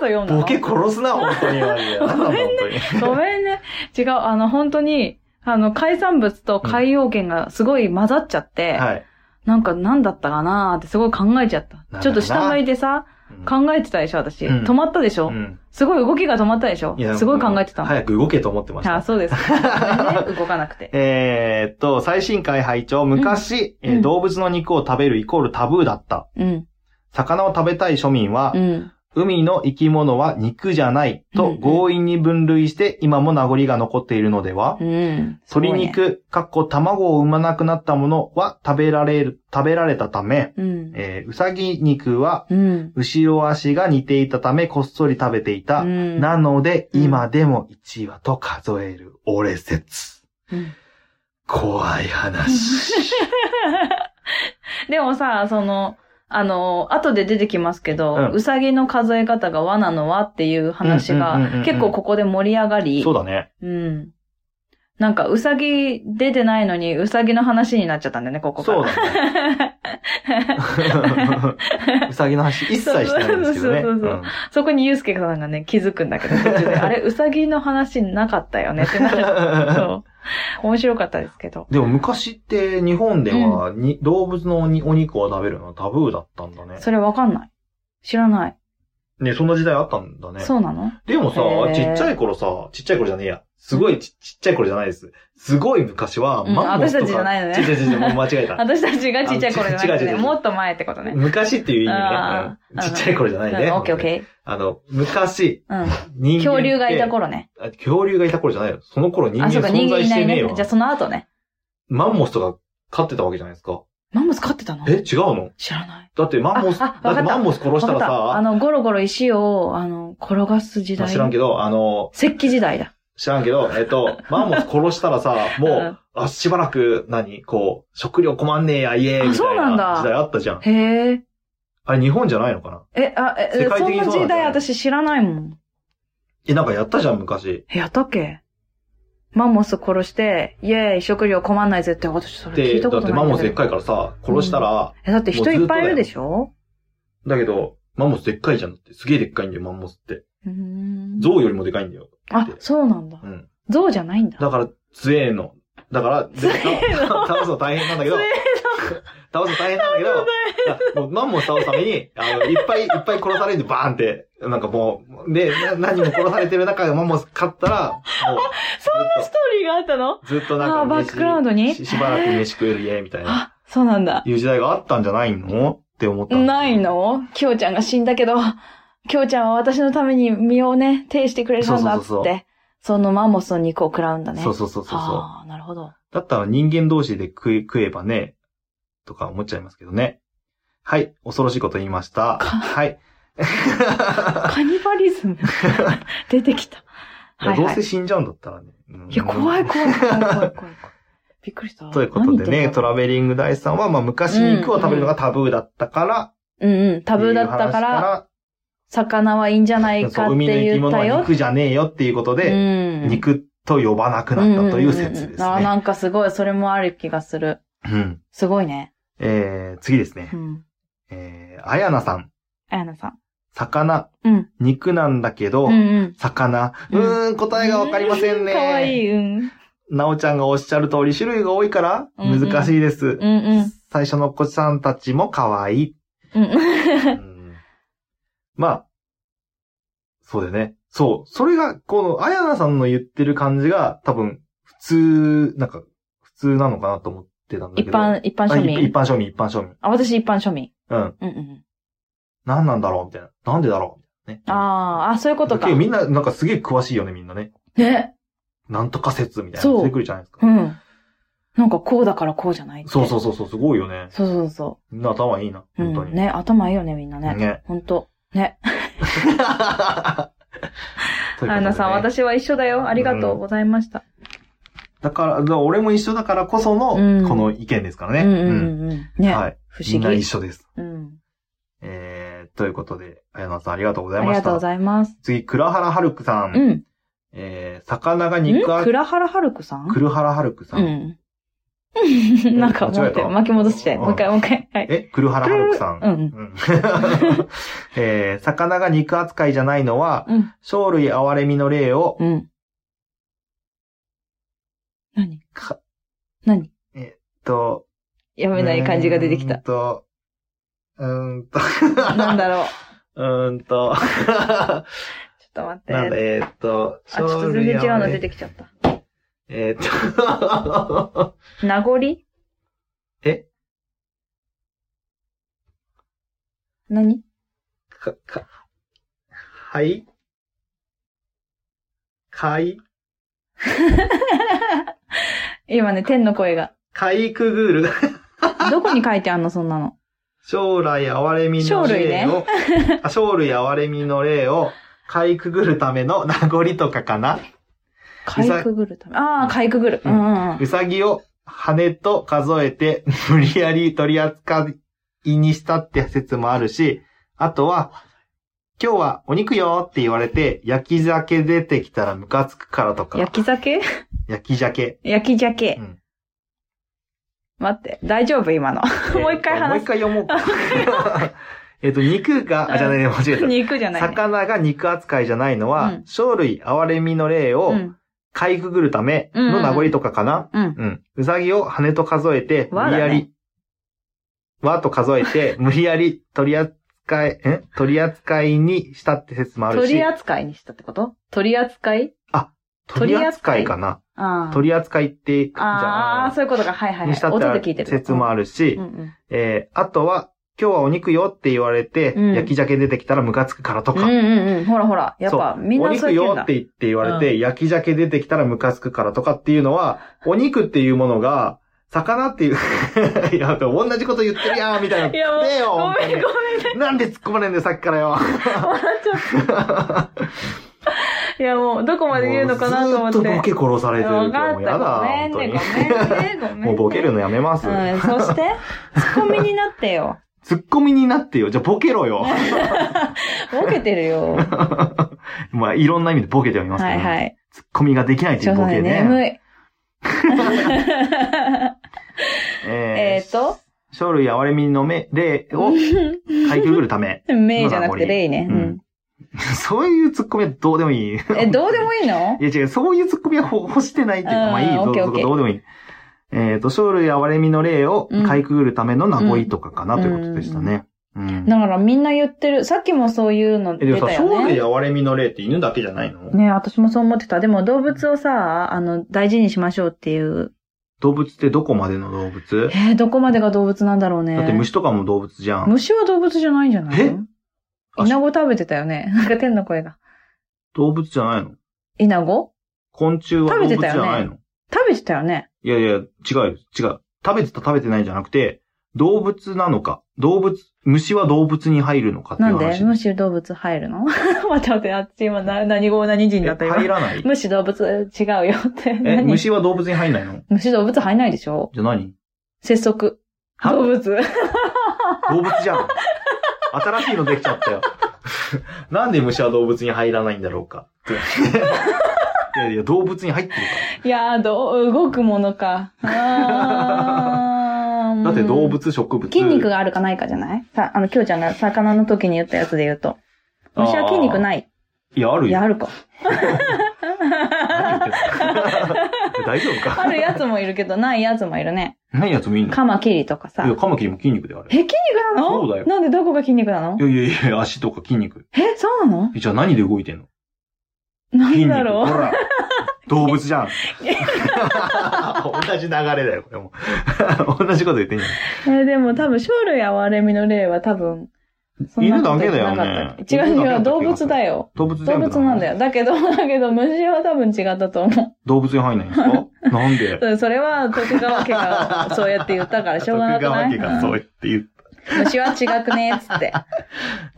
[SPEAKER 2] 読んだの
[SPEAKER 1] ボケ殺すな、本当に。マジでなんなんだ、本当に。
[SPEAKER 2] ごめんね。違う、あの、本当に、あの、海産物と海洋圏がすごい混ざっちゃって、
[SPEAKER 1] はい。
[SPEAKER 2] なんか何だったかなーってすごい考えちゃった。
[SPEAKER 1] な
[SPEAKER 2] ちょっと下向いてさ、
[SPEAKER 1] うん
[SPEAKER 2] 考えてたでしょ、私。
[SPEAKER 1] うん
[SPEAKER 2] 止まったでしょ、
[SPEAKER 1] うん
[SPEAKER 2] すごい動きが止まったでしょ
[SPEAKER 1] や
[SPEAKER 2] すごい考えてたの。
[SPEAKER 1] 早く動けと思ってました
[SPEAKER 2] あ、。そう です。ごめんね、動かなくて。
[SPEAKER 1] えーっと、最新回拝聴昔、
[SPEAKER 2] うん
[SPEAKER 1] えー
[SPEAKER 2] うん
[SPEAKER 1] 動物の肉を食べるイコールタブーだった。
[SPEAKER 2] うん。
[SPEAKER 1] 魚を食べたい庶民は
[SPEAKER 2] う、ん。
[SPEAKER 1] 海の生き物は肉じゃない
[SPEAKER 2] うん
[SPEAKER 1] と
[SPEAKER 2] うん
[SPEAKER 1] 強引に分類して今も名残が残っているのでは、
[SPEAKER 2] うん。
[SPEAKER 1] 鶏肉、かっこ卵を産まなくなったものは食べられる、食べられたため、
[SPEAKER 2] すごいね。
[SPEAKER 1] えーうさぎ肉は
[SPEAKER 2] うん。うん。
[SPEAKER 1] 後ろ足が似ていたためこっそり食べていた。
[SPEAKER 2] うん
[SPEAKER 1] なので、
[SPEAKER 2] うん
[SPEAKER 1] 今でも1話と数える俺説。
[SPEAKER 2] うん
[SPEAKER 1] 怖い 話。
[SPEAKER 2] でもさ、その、あの、後で出てきますけど、う
[SPEAKER 1] うん
[SPEAKER 2] さぎの数え方が和なのはっていう話
[SPEAKER 1] うんうんうんうんう
[SPEAKER 2] が
[SPEAKER 1] ん
[SPEAKER 2] 結構ここで盛り上がり
[SPEAKER 1] そう、だね。
[SPEAKER 2] うん。なんか、うさぎ出てないのに、うさぎの話になっちゃったんだよね、ここから。
[SPEAKER 1] そう だね。うさぎの話一切してないんですけどね。
[SPEAKER 2] そうそうそうそう
[SPEAKER 1] うん
[SPEAKER 2] そこにユうスケさんがね、気づくんだけど、途中 で、あれ、うさぎの話なかったよねってなる。そう。面白かったですけど。
[SPEAKER 1] でも昔って日本ではに、動物のおにお肉を食べるのはタブーだったんだね。
[SPEAKER 2] それわかんない。知らない。
[SPEAKER 1] ね、そんな時代あったんだね。
[SPEAKER 2] そうなの
[SPEAKER 1] でもさ
[SPEAKER 2] へー、
[SPEAKER 1] ちっちゃい頃さ、ちっちゃい頃じゃねえや。すごいちちっちゃい頃じゃないです。すごい昔は、
[SPEAKER 2] うん
[SPEAKER 1] マンモスとか、
[SPEAKER 2] 私たちじゃないのね
[SPEAKER 1] ちっちゃいちっちゃいもう間違えた。
[SPEAKER 2] 私たちがちっちゃい頃じゃなくて
[SPEAKER 1] あ違う違う
[SPEAKER 2] ね、
[SPEAKER 1] 違う
[SPEAKER 2] もっと前ってことね。
[SPEAKER 1] 昔っていう意味
[SPEAKER 2] あ
[SPEAKER 1] ね。
[SPEAKER 2] ー
[SPEAKER 1] うんちっちゃい頃じゃないね。
[SPEAKER 2] オッケーオッケ
[SPEAKER 1] あの、昔、
[SPEAKER 2] ー。うん。
[SPEAKER 1] 人間って。
[SPEAKER 2] 恐竜がいた頃ね。
[SPEAKER 1] あ。恐竜がいた頃じゃないよ。その頃人間
[SPEAKER 2] あ、そうか、
[SPEAKER 1] 存
[SPEAKER 2] 人間
[SPEAKER 1] 在
[SPEAKER 2] い
[SPEAKER 1] し
[SPEAKER 2] な
[SPEAKER 1] て
[SPEAKER 2] い
[SPEAKER 1] ねえ
[SPEAKER 2] ね
[SPEAKER 1] よ。。
[SPEAKER 2] じゃあその後ね。
[SPEAKER 1] マンモスとか飼ってたわけじゃないですか。
[SPEAKER 2] マンモス飼ってたの
[SPEAKER 1] え、違うの
[SPEAKER 2] 知らない。
[SPEAKER 1] だってマンモス、
[SPEAKER 2] ああ
[SPEAKER 1] だ
[SPEAKER 2] わかっ
[SPEAKER 1] ったてマンモス殺したら
[SPEAKER 2] わかったあ
[SPEAKER 1] さ、
[SPEAKER 2] の、ゴロゴロ石を、あの、転がす時
[SPEAKER 1] まあ
[SPEAKER 2] 代。
[SPEAKER 1] 知らんけど、あの、
[SPEAKER 2] 石器時代だ。
[SPEAKER 1] 知らんけど、えっと、マンモス殺したら さ、も
[SPEAKER 2] うん
[SPEAKER 1] う、あ、しばらく、何こう、食料困んねえや、イエーイ
[SPEAKER 2] あ
[SPEAKER 1] み
[SPEAKER 2] そ
[SPEAKER 1] た
[SPEAKER 2] う
[SPEAKER 1] い
[SPEAKER 2] なんだ
[SPEAKER 1] な時代あったじゃん。
[SPEAKER 2] へえ。
[SPEAKER 1] あれ日本じゃないのかな
[SPEAKER 2] え、あ、え、え
[SPEAKER 1] 世界
[SPEAKER 2] そ
[SPEAKER 1] 的
[SPEAKER 2] ん
[SPEAKER 1] にそ
[SPEAKER 2] な
[SPEAKER 1] うなんじゃない
[SPEAKER 2] 時代私知らないもん。
[SPEAKER 1] え、なんかやったじゃん、昔。
[SPEAKER 2] え、やったっけマンモス殺して、イエーイ、食料困んないぜって私それ聞
[SPEAKER 1] で、
[SPEAKER 2] いた
[SPEAKER 1] だ
[SPEAKER 2] こ
[SPEAKER 1] って
[SPEAKER 2] と
[SPEAKER 1] マ
[SPEAKER 2] ない
[SPEAKER 1] ン
[SPEAKER 2] ん
[SPEAKER 1] モス
[SPEAKER 2] だけ
[SPEAKER 1] でっ
[SPEAKER 2] ど。
[SPEAKER 1] かいからさ、殺したら、
[SPEAKER 2] え、だって人いっぱいいるでしょ
[SPEAKER 1] だけど、マンモスでっかいじゃんって、すげえでっかいんだよ、マンモスって。
[SPEAKER 2] うーん。
[SPEAKER 1] 象よりもでかいんだよ。
[SPEAKER 2] あ、そうなんだ
[SPEAKER 1] う。ん。
[SPEAKER 2] 象じゃないんだ。
[SPEAKER 1] だから、強えの。だから、で
[SPEAKER 2] 強えの
[SPEAKER 1] 倒倒すの大変なんだけど
[SPEAKER 2] 強え、
[SPEAKER 1] 倒すの大変なんだけど、あもうマンモス倒すために、あの、いっぱいいっぱい殺されるんで、バーンって、なんかもう、で、な何も殺されてる中でマンモス勝ったら、もう、
[SPEAKER 2] ストーリーがあったの
[SPEAKER 1] ずっとずっとなんか
[SPEAKER 2] あー、バッ
[SPEAKER 1] 飯
[SPEAKER 2] クグラウンドに
[SPEAKER 1] ししばらく飯食える家、みたいな、
[SPEAKER 2] あ、そうなんだ。
[SPEAKER 1] いう時代があったんじゃないのって思ったんですよ。
[SPEAKER 2] ないのきょうちゃんが死んだけど、きょうちゃんは私のために身をね、呈してくれたんだっつって、
[SPEAKER 1] そ
[SPEAKER 2] そ
[SPEAKER 1] そ
[SPEAKER 2] う
[SPEAKER 1] うそうそ
[SPEAKER 2] のマンモスの肉を食らうんだね。
[SPEAKER 1] そうそうそうそうそう。
[SPEAKER 2] ああ、なるほど。
[SPEAKER 1] だったら人間同士で食え食えばね、とか思っちゃいますけどね。はい、恐ろしいこと言いました。はい。
[SPEAKER 2] カニバリズム 出てきた。はい
[SPEAKER 1] いや
[SPEAKER 2] は
[SPEAKER 1] どうせ
[SPEAKER 2] い。
[SPEAKER 1] 死んじゃうんだったらね。うん
[SPEAKER 2] いや、怖い怖い怖い怖い怖い怖い。 びっくりした。
[SPEAKER 1] ということで
[SPEAKER 2] 何言
[SPEAKER 1] ね、
[SPEAKER 2] って
[SPEAKER 1] ト
[SPEAKER 2] ん
[SPEAKER 1] ラ
[SPEAKER 2] の
[SPEAKER 1] ベリングダイスさんは、まあ昔肉を食べるのがタブーだったから、
[SPEAKER 2] うんうん、タブーだったから、魚はいいんじゃな
[SPEAKER 1] っていう
[SPEAKER 2] い
[SPEAKER 1] 話から、
[SPEAKER 2] か
[SPEAKER 1] そ
[SPEAKER 2] っ
[SPEAKER 1] う
[SPEAKER 2] て
[SPEAKER 1] 海の生き
[SPEAKER 2] 言っ
[SPEAKER 1] 物
[SPEAKER 2] た
[SPEAKER 1] は
[SPEAKER 2] よ。
[SPEAKER 1] 肉じゃねえよっていうこと
[SPEAKER 2] う
[SPEAKER 1] で、
[SPEAKER 2] ん。
[SPEAKER 1] 肉と呼ばなくなったという説です
[SPEAKER 2] ああー、
[SPEAKER 1] ね。
[SPEAKER 2] なんかすごい、それもある気がする。
[SPEAKER 1] うん。
[SPEAKER 2] すごいね。
[SPEAKER 1] えー、次ですね
[SPEAKER 2] う。ん。
[SPEAKER 1] えー、あやなさん、
[SPEAKER 2] あやなさん。
[SPEAKER 1] 魚、
[SPEAKER 2] うん。
[SPEAKER 1] 肉なんだけど
[SPEAKER 2] うん、うん。
[SPEAKER 1] 魚。う
[SPEAKER 2] うん
[SPEAKER 1] ーん、答えがわかりませんね。
[SPEAKER 2] かわいい、うん。
[SPEAKER 1] なおちゃんがおっしゃる通り種類が多いから
[SPEAKER 2] うんうん
[SPEAKER 1] 難しいです。
[SPEAKER 2] うんうん。
[SPEAKER 1] 最初の子さんたちも可愛い。
[SPEAKER 2] うん
[SPEAKER 1] うんまあ、そうだよね。そう。それが、この、あやなさんの言ってる感じが多分、普通、なんか、普通なのかなと思ってたんだ
[SPEAKER 2] 一
[SPEAKER 1] けど。
[SPEAKER 2] 般、一般
[SPEAKER 1] あ
[SPEAKER 2] 庶
[SPEAKER 1] い一
[SPEAKER 2] 民。
[SPEAKER 1] 般庶民、一般庶民。
[SPEAKER 2] あ、私一般庶民。
[SPEAKER 1] うん。
[SPEAKER 2] うんうん。
[SPEAKER 1] 何なんだろうみたいな。なんでだろうね。
[SPEAKER 2] ああ、あ、そういう
[SPEAKER 1] あ
[SPEAKER 2] ことか。
[SPEAKER 1] みんな、なんかすげえ詳しいよね、みんなね。
[SPEAKER 2] ね。
[SPEAKER 1] なんとか説みたいな。
[SPEAKER 2] そう
[SPEAKER 1] てくるじゃないです
[SPEAKER 2] う
[SPEAKER 1] か。
[SPEAKER 2] ん。なんかこうだからこうじゃないって
[SPEAKER 1] そうそうそうそう、すごいよね。
[SPEAKER 2] そうそうそ
[SPEAKER 1] みんな頭いいな。
[SPEAKER 2] う。う
[SPEAKER 1] 本当に。
[SPEAKER 2] ん。ね、頭いいよね、みんなね。
[SPEAKER 1] ね。
[SPEAKER 2] ほんと。ね。
[SPEAKER 1] あ
[SPEAKER 2] あやなさん、。私は一緒だよ。ありがとうございました。
[SPEAKER 1] だから、だから俺も一緒だからこその、
[SPEAKER 2] うん
[SPEAKER 1] この意見ですから
[SPEAKER 2] う
[SPEAKER 1] ね。
[SPEAKER 2] んうんうん。
[SPEAKER 1] うん
[SPEAKER 2] ね
[SPEAKER 1] は。い。
[SPEAKER 2] 不
[SPEAKER 1] み
[SPEAKER 2] 思
[SPEAKER 1] んな一
[SPEAKER 2] 議。
[SPEAKER 1] 緒です。
[SPEAKER 2] うん。
[SPEAKER 1] えー、ということで、あやなさんありがとうござ
[SPEAKER 2] あ
[SPEAKER 1] い
[SPEAKER 2] り
[SPEAKER 1] ま
[SPEAKER 2] が
[SPEAKER 1] し
[SPEAKER 2] とうご
[SPEAKER 1] た。
[SPEAKER 2] ざいます。
[SPEAKER 1] 次、倉原はるくさん。
[SPEAKER 2] うん。
[SPEAKER 1] えー、魚が
[SPEAKER 2] ん
[SPEAKER 1] 肉あ、
[SPEAKER 2] 倉原はるくさん
[SPEAKER 1] くるはらはるくさ。
[SPEAKER 2] うんん。 なんか、待っ
[SPEAKER 1] 間違え
[SPEAKER 2] て、
[SPEAKER 1] た
[SPEAKER 2] 巻き戻しちゃえ。
[SPEAKER 1] うん
[SPEAKER 2] もう一回、もう一回。はい。
[SPEAKER 1] え、くるはらはるくさん。
[SPEAKER 2] うんうん。
[SPEAKER 1] うん えー、魚が肉扱いじゃないのは、
[SPEAKER 2] うん。
[SPEAKER 1] 生類憐れみの例を、
[SPEAKER 2] うん。何
[SPEAKER 1] か
[SPEAKER 2] 何
[SPEAKER 1] と、
[SPEAKER 2] 読めない漢字が出てき
[SPEAKER 1] うーん
[SPEAKER 2] た。
[SPEAKER 1] と、うーんと、
[SPEAKER 2] なんだろう。
[SPEAKER 1] うーん と、
[SPEAKER 2] ちょっと待って。
[SPEAKER 1] なんだ、えーっと、
[SPEAKER 2] あ、ちょっと全然違うの出てきちゃった。
[SPEAKER 1] えーっと、
[SPEAKER 2] 名残
[SPEAKER 1] え
[SPEAKER 2] 何
[SPEAKER 1] か、か、はいかい、
[SPEAKER 2] 今ね、天の 声が。
[SPEAKER 1] かいくぐる。
[SPEAKER 2] どこに書いてあんの、そんなの。
[SPEAKER 1] 将来憐れみの例 を、あ生類憐れみの例を、かいくぐるための名残とかかな。
[SPEAKER 2] かいくぐるため。ああ、かいくぐる。
[SPEAKER 1] う
[SPEAKER 2] うんんうんうん
[SPEAKER 1] う。さぎを羽と数えて、 無理やり取り扱いにしたって説もあるし、あとは、今日はお肉よって言われて、焼き鮭出てきたらムカつくからとか、
[SPEAKER 2] 焼き鮭
[SPEAKER 1] 焼き鮭。
[SPEAKER 2] 焼き鮭。
[SPEAKER 1] うん
[SPEAKER 2] 待って、大丈夫今の。 もう一回話す
[SPEAKER 1] えー もう一回読もうか。えっと、肉が、あ、じゃないね、間違え
[SPEAKER 2] 肉じゃ
[SPEAKER 1] た。
[SPEAKER 2] ない、ね。
[SPEAKER 1] 魚が肉扱いじゃないのは、
[SPEAKER 2] うん
[SPEAKER 1] 生類憐れみの例を
[SPEAKER 2] う、ん。
[SPEAKER 1] かいくぐるための名残とかかな。
[SPEAKER 2] うん。
[SPEAKER 1] うん。うさぎを羽と数えて、無
[SPEAKER 2] わだね
[SPEAKER 1] 理やり、わと数え て、無理やり取り扱い、ん取り扱いにしたって説もある
[SPEAKER 2] 取
[SPEAKER 1] し
[SPEAKER 2] り、扱いにしたってこと取り扱い
[SPEAKER 1] 取り扱いかな
[SPEAKER 2] ああ。
[SPEAKER 1] 取り扱いって、じ
[SPEAKER 2] あ
[SPEAKER 1] ゃ
[SPEAKER 2] あ、そういうことか。はいはい、は
[SPEAKER 1] にした
[SPEAKER 2] い。
[SPEAKER 1] って
[SPEAKER 2] 音
[SPEAKER 1] あ
[SPEAKER 2] で聞いて
[SPEAKER 1] る
[SPEAKER 2] る。
[SPEAKER 1] 説もあるし
[SPEAKER 2] うん、うん
[SPEAKER 1] えー、あとは、今日はお肉よって言われて、
[SPEAKER 2] うん
[SPEAKER 1] 焼き鮭出てきたらムカつくからと
[SPEAKER 2] うん。
[SPEAKER 1] か
[SPEAKER 2] う。んうんうん。ほらほら。やっぱ、
[SPEAKER 1] そう
[SPEAKER 2] みんなそう言
[SPEAKER 1] お肉
[SPEAKER 2] うん
[SPEAKER 1] よっ
[SPEAKER 2] だ
[SPEAKER 1] て。言って言われて、焼き鮭出てきたらムカつくからとかっていうの は、お肉っていうものが、魚っていう、 いや、同じこと言ってるやん、みたいな。
[SPEAKER 2] いやもう
[SPEAKER 1] ねえよ
[SPEAKER 2] ご
[SPEAKER 1] 本当
[SPEAKER 2] めん
[SPEAKER 1] に
[SPEAKER 2] ごめん。
[SPEAKER 1] なんで突っ込まねえんだよ、さっきからよ。
[SPEAKER 2] 笑っちゃった。いやもう、どこまで言うのかなと思って。
[SPEAKER 1] もうずーっとボケ殺され
[SPEAKER 2] い
[SPEAKER 1] て
[SPEAKER 2] や
[SPEAKER 1] るけど、
[SPEAKER 2] わか
[SPEAKER 1] もう
[SPEAKER 2] っ
[SPEAKER 1] や
[SPEAKER 2] た。
[SPEAKER 1] だ、
[SPEAKER 2] ごめん
[SPEAKER 1] 本当
[SPEAKER 2] ね、
[SPEAKER 1] に
[SPEAKER 2] ご。めんね、ごめん ね。
[SPEAKER 1] もうボケるのやめます。
[SPEAKER 2] うん、そして、 ツッコミになってよ。
[SPEAKER 1] ツッコミになってよ。じゃあボケろ よ。
[SPEAKER 2] ボケてるよ。
[SPEAKER 1] まあ、いろんな意味でボケてはいますけ
[SPEAKER 2] は
[SPEAKER 1] ど、
[SPEAKER 2] いはい。
[SPEAKER 1] ツッコミができないと
[SPEAKER 2] し
[SPEAKER 1] い
[SPEAKER 2] ょ
[SPEAKER 1] う
[SPEAKER 2] う
[SPEAKER 1] ボ
[SPEAKER 2] がな
[SPEAKER 1] ケ
[SPEAKER 2] いね。
[SPEAKER 1] ね。
[SPEAKER 2] 眠い。え
[SPEAKER 1] え
[SPEAKER 2] ーっ
[SPEAKER 1] ー、
[SPEAKER 2] と、
[SPEAKER 1] 生類哀れみの目、霊をかいくぐるため。
[SPEAKER 2] メイじゃなくてレイね。うん
[SPEAKER 1] そういうツッコミはどうでもいい。い
[SPEAKER 2] え、どうでもいいの
[SPEAKER 1] や違う、そういうツッコミはほ欲してないっていう
[SPEAKER 2] う
[SPEAKER 1] か、
[SPEAKER 2] ん
[SPEAKER 1] まあいい、
[SPEAKER 2] オ
[SPEAKER 1] ど
[SPEAKER 2] ッ
[SPEAKER 1] う
[SPEAKER 2] ケー
[SPEAKER 1] どう
[SPEAKER 2] オッケー
[SPEAKER 1] どうでもいい。えっと、生類哀れみの霊をかいくぐるための名残とかかな
[SPEAKER 2] うん
[SPEAKER 1] ということでしたね。うん。
[SPEAKER 2] だからみんな言ってる。さっきもそういうの
[SPEAKER 1] え、で
[SPEAKER 2] 出
[SPEAKER 1] もさ、生
[SPEAKER 2] たよ
[SPEAKER 1] 類
[SPEAKER 2] ね。
[SPEAKER 1] 哀れみの霊って犬だけじゃないの
[SPEAKER 2] ね私もそう思ってた。でも動物をさ、あの、大事にしましょうっていう。
[SPEAKER 1] 動物ってどこまでの動物
[SPEAKER 2] えー、どこまでが動物なんだろうね。
[SPEAKER 1] だって虫とかも動物じゃん。
[SPEAKER 2] 虫は動物じゃないんじゃない
[SPEAKER 1] えあ
[SPEAKER 2] イナゴ食べてたよね。なんか天の声が。
[SPEAKER 1] 動物じゃないの
[SPEAKER 2] イナゴ
[SPEAKER 1] 昆虫は動物じゃないの、
[SPEAKER 2] 食べてたよね。
[SPEAKER 1] いやいや、違うよ、違う。食べてた食べてないじゃなくて、動物なのか、動物、虫は動物に入るのかってい
[SPEAKER 2] な
[SPEAKER 1] うん
[SPEAKER 2] で
[SPEAKER 1] 話。
[SPEAKER 2] 虫動物入るの 待って待って、あっち今な何語何人だった
[SPEAKER 1] え
[SPEAKER 2] よ。
[SPEAKER 1] 入らない
[SPEAKER 2] 虫動物違うよって。
[SPEAKER 1] え、
[SPEAKER 2] 何
[SPEAKER 1] 虫は動物に入んないの
[SPEAKER 2] 虫動物入んないでしょ
[SPEAKER 1] じゃあ何
[SPEAKER 2] 節足。
[SPEAKER 1] は
[SPEAKER 2] 動物。
[SPEAKER 1] 動物じゃ ん。新しいのできちゃったよ。なんで虫は動物に入らないんだろうかっ て。いやいや、動物に入ってる
[SPEAKER 2] いやー、どう、動くも のか。
[SPEAKER 1] か
[SPEAKER 2] あー
[SPEAKER 1] ら。だって動。物、植物。
[SPEAKER 2] 筋肉があるかないかじゃないさ、あの、きょうちゃんが魚の時に言ったやつで言うと。虫は筋肉
[SPEAKER 1] い。
[SPEAKER 2] ない。
[SPEAKER 1] いや、ある
[SPEAKER 2] いや、
[SPEAKER 1] よ。
[SPEAKER 2] あるか。
[SPEAKER 1] 何言ってんの 大丈夫か
[SPEAKER 2] あるやつもいるけど、ないやつもいるね。
[SPEAKER 1] ないやつもいいの
[SPEAKER 2] カマキリとかさ。
[SPEAKER 1] い
[SPEAKER 2] え
[SPEAKER 1] や、カマキリも筋肉であ、れ。
[SPEAKER 2] 筋肉なの
[SPEAKER 1] そうだよ
[SPEAKER 2] なんでどこが筋肉なの
[SPEAKER 1] いやいやいや、足とか筋肉。
[SPEAKER 2] え、そうなの
[SPEAKER 1] えじゃあ何で動いてんの
[SPEAKER 2] なん
[SPEAKER 1] 筋
[SPEAKER 2] だ
[SPEAKER 1] 肉。ほ
[SPEAKER 2] ろう
[SPEAKER 1] ら。動物じゃん。同じ流れだよ、これも。 同じこと言ってんじゃん。
[SPEAKER 2] え、でも多分、生類哀れみの例は多分、そんなこと言ってなかった
[SPEAKER 1] 犬だけだよね
[SPEAKER 2] 違う
[SPEAKER 1] 犬だけだった気が
[SPEAKER 2] 違
[SPEAKER 1] する
[SPEAKER 2] う、動物だよ。
[SPEAKER 1] 動物
[SPEAKER 2] 動
[SPEAKER 1] 全部
[SPEAKER 2] 物なんだよ。だ けど、だけど、虫は多分違ったと思
[SPEAKER 1] 動物に入んないんです かなんで
[SPEAKER 2] う。それは、徳川家がそうやって言ったから、しょうがなくない
[SPEAKER 1] 徳川家がそう言って言う。
[SPEAKER 2] うん虫は違くね、つって。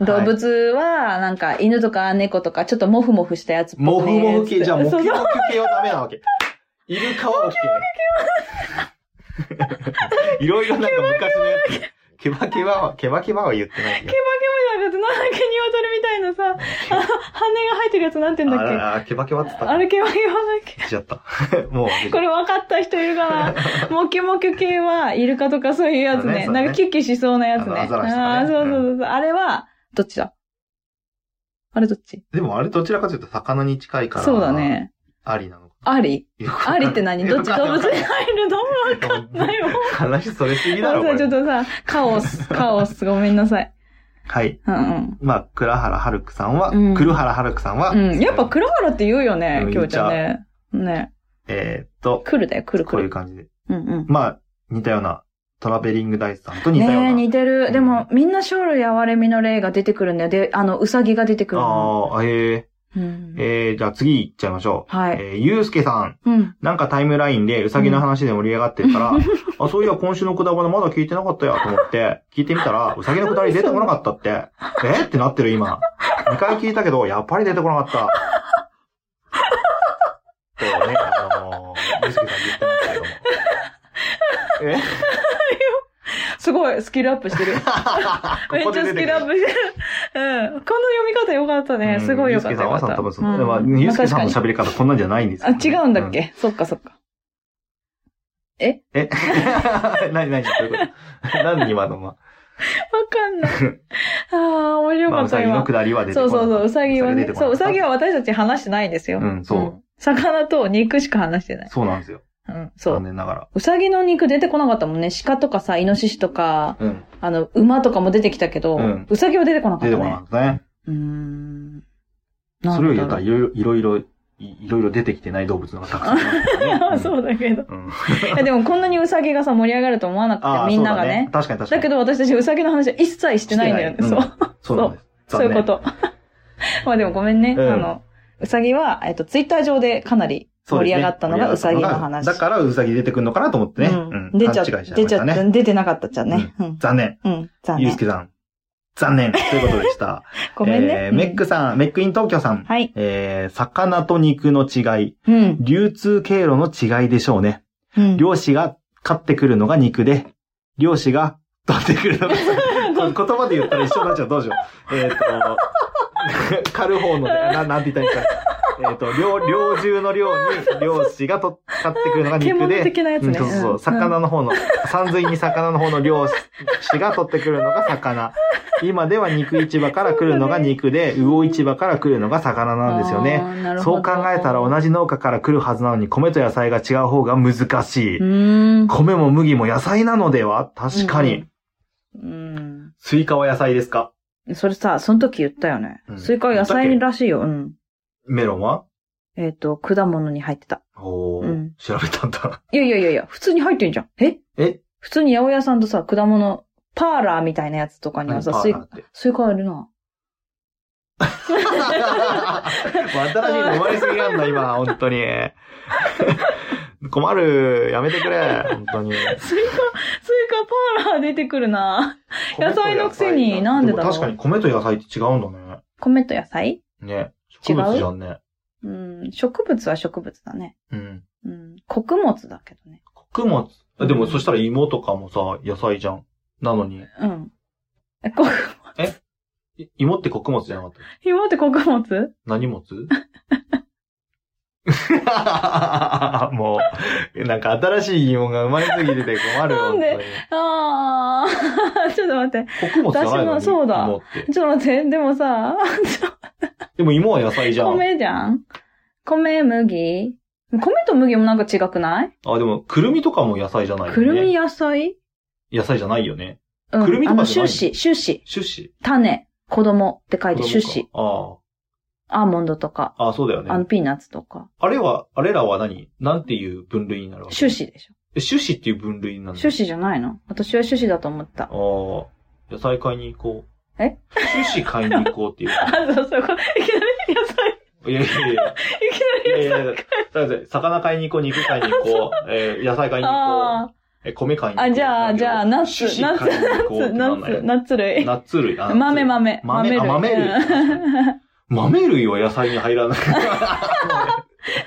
[SPEAKER 2] 動物は、なんか、犬とか猫とか、ちょっとモフモフしたやつっぽ
[SPEAKER 1] モ
[SPEAKER 2] く
[SPEAKER 1] フ
[SPEAKER 2] ね
[SPEAKER 1] モフ系じゃん、
[SPEAKER 2] つ
[SPEAKER 1] モ
[SPEAKER 2] って
[SPEAKER 1] フモ
[SPEAKER 2] そうそう
[SPEAKER 1] フ系はダメなわけ。イルカは OK。いろいろなんか昔のやつ。ケバケバは、ケバケバは言ってないけど。
[SPEAKER 2] ケバケバじゃなくて、なんだっけ、鶏みたいなさ、あの羽が生えてるやつなんて言うんだ
[SPEAKER 1] あ
[SPEAKER 2] っけ。
[SPEAKER 1] らら、ケバケバって言った。
[SPEAKER 2] あれケバケバだっけ。
[SPEAKER 1] しちゃった。 もう忘れちゃった
[SPEAKER 2] これ分かった人い るかなモキュモキュ系は、イルカとかそういうやつね。
[SPEAKER 1] そうね
[SPEAKER 2] なんかキュッキュしそうなやつ
[SPEAKER 1] あ
[SPEAKER 2] ね。
[SPEAKER 1] のアザラシとかね
[SPEAKER 2] あーそうそうそうそう。あれは、どっちだあれどっち
[SPEAKER 1] でもあれどちらかというと魚に近いから。
[SPEAKER 2] そうだ。ね。
[SPEAKER 1] ありなのか。
[SPEAKER 2] アリ
[SPEAKER 1] よくわかんない
[SPEAKER 2] アリっ て何どっち動物に入るの
[SPEAKER 1] わかん
[SPEAKER 2] ないわ
[SPEAKER 1] 話それすぎだろ。こ
[SPEAKER 2] さ、
[SPEAKER 1] れ
[SPEAKER 2] ちょっとさ、カ オス、カオス、ごめんなさい。
[SPEAKER 1] はい。
[SPEAKER 2] うん
[SPEAKER 1] まあ、倉原春樹さんは、
[SPEAKER 2] うん
[SPEAKER 1] 黒原春樹さんは、
[SPEAKER 2] うん。うん。やっぱ、黒原って言うよ
[SPEAKER 1] う
[SPEAKER 2] ね
[SPEAKER 1] ん、
[SPEAKER 2] きょうちゃんね。ね。
[SPEAKER 1] えーっと、
[SPEAKER 2] 来るだよ、来る
[SPEAKER 1] こう
[SPEAKER 2] 来
[SPEAKER 1] いう
[SPEAKER 2] る。
[SPEAKER 1] 感じで。
[SPEAKER 2] うんうん。
[SPEAKER 1] まあ、似たような、トラベリングダイスさんと似たよう
[SPEAKER 2] ね
[SPEAKER 1] な。
[SPEAKER 2] え、似て
[SPEAKER 1] う
[SPEAKER 2] る。
[SPEAKER 1] ん
[SPEAKER 2] でも、みんな生類哀れみの霊が出てくるんだよ。で、あの、うさぎが出てくるの。
[SPEAKER 1] ああ、え
[SPEAKER 2] う
[SPEAKER 1] ー、
[SPEAKER 2] ん
[SPEAKER 1] えー、じゃあ次行っちゃいましょう。
[SPEAKER 2] はい。
[SPEAKER 1] えー、ゆうすけさん。
[SPEAKER 2] うん。
[SPEAKER 1] なんかタイムラインでうさぎの話で盛り上がってるから、あ、そういや今週のくだばなまだ聞いてなかったよと思って、聞いてみたら、うさぎのくだり出てこなかったって、えってなってる今。2回聞いたけど、やっぱり出てこなかった。とね、あのー、ゆうすけさん言ってましたけども。え
[SPEAKER 2] すごい、スキルアップしてる。 め っ
[SPEAKER 1] ここ
[SPEAKER 2] ち
[SPEAKER 1] で
[SPEAKER 2] ゃ
[SPEAKER 1] 出
[SPEAKER 2] ス
[SPEAKER 1] てくる
[SPEAKER 2] キルアップしてる。 うん。この読み方よかったね。すごいよかった。
[SPEAKER 1] ゆうすけさんは
[SPEAKER 2] よか
[SPEAKER 1] さ、
[SPEAKER 2] った
[SPEAKER 1] 多分そ
[SPEAKER 2] うん
[SPEAKER 1] の、まあゆうすけさんの喋り方こんなんじゃないんです
[SPEAKER 2] あ、
[SPEAKER 1] よね
[SPEAKER 2] 違うんだっけそっかそっ か。
[SPEAKER 1] え 何何どういうこと 何今のま。
[SPEAKER 2] わか んない。ああ、面白
[SPEAKER 1] まあ、
[SPEAKER 2] か
[SPEAKER 1] う
[SPEAKER 2] っ
[SPEAKER 1] さ
[SPEAKER 2] た
[SPEAKER 1] ぎの
[SPEAKER 2] 今
[SPEAKER 1] く。だりは出てこ
[SPEAKER 2] そ
[SPEAKER 1] な
[SPEAKER 2] う
[SPEAKER 1] かった
[SPEAKER 2] そうそう、うさぎは
[SPEAKER 1] 出
[SPEAKER 2] ね
[SPEAKER 1] て。こな
[SPEAKER 2] そ
[SPEAKER 1] か
[SPEAKER 2] う、
[SPEAKER 1] っ
[SPEAKER 2] う
[SPEAKER 1] た
[SPEAKER 2] さぎは私たち話してないんですよ。
[SPEAKER 1] うんそう
[SPEAKER 2] 魚と肉しか話してない。
[SPEAKER 1] そうなんですよ。
[SPEAKER 2] うん、そ
[SPEAKER 1] 残
[SPEAKER 2] う。
[SPEAKER 1] 念ながら。
[SPEAKER 2] うさぎの肉出てこなかったもんね。鹿とかさ、イノシシとか、
[SPEAKER 1] うん。
[SPEAKER 2] あの、馬とかも出てきたけど、
[SPEAKER 1] う
[SPEAKER 2] うんさぎは出てこなか
[SPEAKER 1] 出
[SPEAKER 2] ってた
[SPEAKER 1] こ
[SPEAKER 2] ね。
[SPEAKER 1] なかったね。
[SPEAKER 2] うーん。
[SPEAKER 1] それを言ったら、
[SPEAKER 2] ないん
[SPEAKER 1] ろいろ、いろいろ、いろいろ出てきてない動物の方がたくさんいますから
[SPEAKER 2] だろう
[SPEAKER 1] ね。
[SPEAKER 2] そううだけ ど。
[SPEAKER 1] ん。うん
[SPEAKER 2] いやでもこんなにウサギがさ、盛り上がると思わなく
[SPEAKER 1] あ
[SPEAKER 2] て、
[SPEAKER 1] あ、
[SPEAKER 2] みんなが
[SPEAKER 1] そうだ
[SPEAKER 2] ね。
[SPEAKER 1] 確かに確か
[SPEAKER 2] だ
[SPEAKER 1] に。
[SPEAKER 2] けど私たちウサギの話は一切してないんだよ
[SPEAKER 1] し
[SPEAKER 2] ね。
[SPEAKER 1] て
[SPEAKER 2] そ。
[SPEAKER 1] ないううんそうなんです。
[SPEAKER 2] そういうこ。と。 まあでもごめんね。
[SPEAKER 1] うん
[SPEAKER 2] あの、ウサギは、えっと、ツイッター上でかなり盛り上がったのがウサギの話。
[SPEAKER 1] だからウサギ出てくるのかなと思ってね。
[SPEAKER 2] うん。出ちゃ、
[SPEAKER 1] 勘違いし
[SPEAKER 2] 出
[SPEAKER 1] ま
[SPEAKER 2] ち
[SPEAKER 1] し
[SPEAKER 2] ゃ
[SPEAKER 1] た
[SPEAKER 2] っ
[SPEAKER 1] ね。
[SPEAKER 2] た、出てなかったじゃんね。うん。
[SPEAKER 1] 残念。
[SPEAKER 2] うん。残
[SPEAKER 1] ゆう
[SPEAKER 2] 念
[SPEAKER 1] す。けさん。残念。ということでした。
[SPEAKER 2] ごめんね。
[SPEAKER 1] えー
[SPEAKER 2] うん
[SPEAKER 1] メックさん、メックイン東京さん。
[SPEAKER 2] はい。
[SPEAKER 1] えー、魚と肉の違い、
[SPEAKER 2] うん。
[SPEAKER 1] 流通経路の違いでしょうね。
[SPEAKER 2] うん。
[SPEAKER 1] 漁師が買ってくるのが肉で、漁師が取ってくる のが、こ言葉で言 ったら一緒になっちゃう。どうしよう。えっ、と、狩る方のね、ななんて言ったらいいか。えっと、猟、猟銃の猟に、漁師がと買ってくるのが肉
[SPEAKER 2] 獣
[SPEAKER 1] で、
[SPEAKER 2] 的なやつ
[SPEAKER 1] うん
[SPEAKER 2] ね。
[SPEAKER 1] そうそうそうう、
[SPEAKER 2] ん
[SPEAKER 1] 魚の方の、山水に魚の方の漁師が取ってくるのが魚。今では肉市場から来るのが肉で、魚市場から来るのが魚なんですよね。。
[SPEAKER 2] あーなるほ
[SPEAKER 1] そ
[SPEAKER 2] ど
[SPEAKER 1] う考えたら同じ農家から来るはずなのに米と野菜が違う方が難しい。
[SPEAKER 2] うーん。
[SPEAKER 1] 米も麦も野菜なのでは確かに。
[SPEAKER 2] うん。
[SPEAKER 1] スイカは野菜ですか
[SPEAKER 2] うん。それさ、その時言ったよね
[SPEAKER 1] う。ん
[SPEAKER 2] スイカは野菜らしいよ。うん。
[SPEAKER 1] メロンは
[SPEAKER 2] えっと、果物に入ってた。
[SPEAKER 1] おー、
[SPEAKER 2] うん
[SPEAKER 1] 調べたんだ。
[SPEAKER 2] いやいやいやいや、普通に入ってんじゃん。え
[SPEAKER 1] え
[SPEAKER 2] 普通に八百屋さんとさ、果物、パーラーみたいなやつとかにはさ、
[SPEAKER 1] パ
[SPEAKER 2] ス
[SPEAKER 1] ー
[SPEAKER 2] イ
[SPEAKER 1] ラーって。
[SPEAKER 2] スイカあるな。
[SPEAKER 1] 新しいの生まれすぎなんだ、今、本当に。困る。やめてくれ、本当に。
[SPEAKER 2] スイカ、スイカパーラー出てくるな。野菜のくせになんでだろう
[SPEAKER 1] も確かに米と野菜って違うんだ
[SPEAKER 2] 米と野菜
[SPEAKER 1] ね。ね。植
[SPEAKER 2] 違う
[SPEAKER 1] 物じゃんね。
[SPEAKER 2] うん、植物は植物だね。
[SPEAKER 1] うん。
[SPEAKER 2] うん、穀物だけどね。
[SPEAKER 1] 穀物。あでも、そしたら芋とかもさ、野菜じゃん。なのに。
[SPEAKER 2] うん。え、こ、
[SPEAKER 1] い芋って穀物じゃなかった
[SPEAKER 2] 紐って穀物
[SPEAKER 1] 何 物もう、なんか新しい疑問が生まれすぎてて困るよ。
[SPEAKER 2] なんであー、 ちょっと待っ
[SPEAKER 1] 本当
[SPEAKER 2] て。
[SPEAKER 1] に穀物じゃないのに
[SPEAKER 2] 私もそうだ
[SPEAKER 1] 芋って。
[SPEAKER 2] ちょっと待って。でもさ、
[SPEAKER 1] でも芋は野菜じゃん。
[SPEAKER 2] 米じゃん米、麦米と麦もなんか違くない
[SPEAKER 1] あ、でも、くるみとかも野菜じゃないよね。
[SPEAKER 2] くるみ野菜
[SPEAKER 1] 野菜じゃないよね。
[SPEAKER 2] うん。
[SPEAKER 1] くるみと
[SPEAKER 2] あ
[SPEAKER 1] か
[SPEAKER 2] の、
[SPEAKER 1] じゃな
[SPEAKER 2] 種
[SPEAKER 1] い
[SPEAKER 2] 子、種子、
[SPEAKER 1] 種子。
[SPEAKER 2] 種、子供って書いて種
[SPEAKER 1] 子
[SPEAKER 2] 子、。
[SPEAKER 1] あ
[SPEAKER 2] アーモンドとか、
[SPEAKER 1] あ。ああ、そうだよね。
[SPEAKER 2] あの、
[SPEAKER 1] あ
[SPEAKER 2] ピーナッツとか、
[SPEAKER 1] れは、あれらは何なんていう分類になるわけ
[SPEAKER 2] 種。子でしょ。
[SPEAKER 1] え種子っていう分類になるの
[SPEAKER 2] 種子じゃないの私は種子だと思った。
[SPEAKER 1] あ あ。野菜買いに行こう。
[SPEAKER 2] え
[SPEAKER 1] 種子買いに行こうって いう。
[SPEAKER 2] あ、そうそう、これいきなり野菜、
[SPEAKER 1] いやいやいや。
[SPEAKER 2] いきなり野
[SPEAKER 1] い
[SPEAKER 2] 菜。
[SPEAKER 1] やいやいや、だって魚買いに行こう、肉買いに行こう、えー野菜買いに行こ
[SPEAKER 2] あ
[SPEAKER 1] う、えー米買いに行こう。
[SPEAKER 2] あ、じゃあ、じゃあ、ナッ
[SPEAKER 1] 種
[SPEAKER 2] ツ、
[SPEAKER 1] 子
[SPEAKER 2] ナッ
[SPEAKER 1] 買いに行こうって
[SPEAKER 2] ツ、ナ
[SPEAKER 1] なんない
[SPEAKER 2] ッ
[SPEAKER 1] よ
[SPEAKER 2] ツ、ナッツ類。
[SPEAKER 1] ナッツ類。あナッツ類
[SPEAKER 2] 豆、豆。
[SPEAKER 1] 豆
[SPEAKER 2] 類。
[SPEAKER 1] あ豆類
[SPEAKER 2] うん
[SPEAKER 1] 豆類は野菜に入ら ない。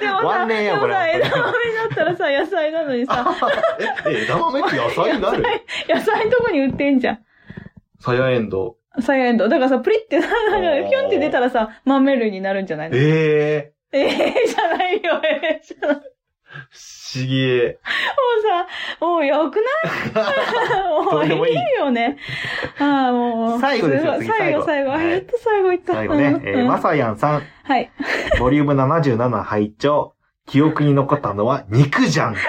[SPEAKER 2] でも
[SPEAKER 1] ワ
[SPEAKER 2] さ、
[SPEAKER 1] ンレンや
[SPEAKER 2] で
[SPEAKER 1] こ
[SPEAKER 2] も
[SPEAKER 1] れ
[SPEAKER 2] さ、枝豆になったらさ、野菜なのにさ、
[SPEAKER 1] え、枝豆って野菜になる
[SPEAKER 2] 野菜のとこに売ってんじゃ
[SPEAKER 1] サヤエンドウ。
[SPEAKER 2] ん。サイエンドウ。だからさ、プリってさ、なん
[SPEAKER 1] おー
[SPEAKER 2] か、ピョンって出たらさ、豆類になるんじゃないのえ
[SPEAKER 1] ええ
[SPEAKER 2] え じゃないよ、ええじゃない。もう
[SPEAKER 1] ー、不思 議。
[SPEAKER 2] さ、もうよく
[SPEAKER 1] どう
[SPEAKER 2] ない
[SPEAKER 1] で
[SPEAKER 2] も
[SPEAKER 1] も
[SPEAKER 2] う
[SPEAKER 1] い
[SPEAKER 2] い
[SPEAKER 1] い
[SPEAKER 2] いよね。ああ、もう。
[SPEAKER 1] 最後ですよ次
[SPEAKER 2] 最後、
[SPEAKER 1] 最
[SPEAKER 2] 最
[SPEAKER 1] 後
[SPEAKER 2] 後。
[SPEAKER 1] はい
[SPEAKER 2] やっと最後いった。
[SPEAKER 1] 最後ね、え
[SPEAKER 2] う
[SPEAKER 1] ー、
[SPEAKER 2] ん
[SPEAKER 1] まさやんさん、
[SPEAKER 2] はい。
[SPEAKER 1] ボリューム77拝聴記憶に残ったのは肉じゃん。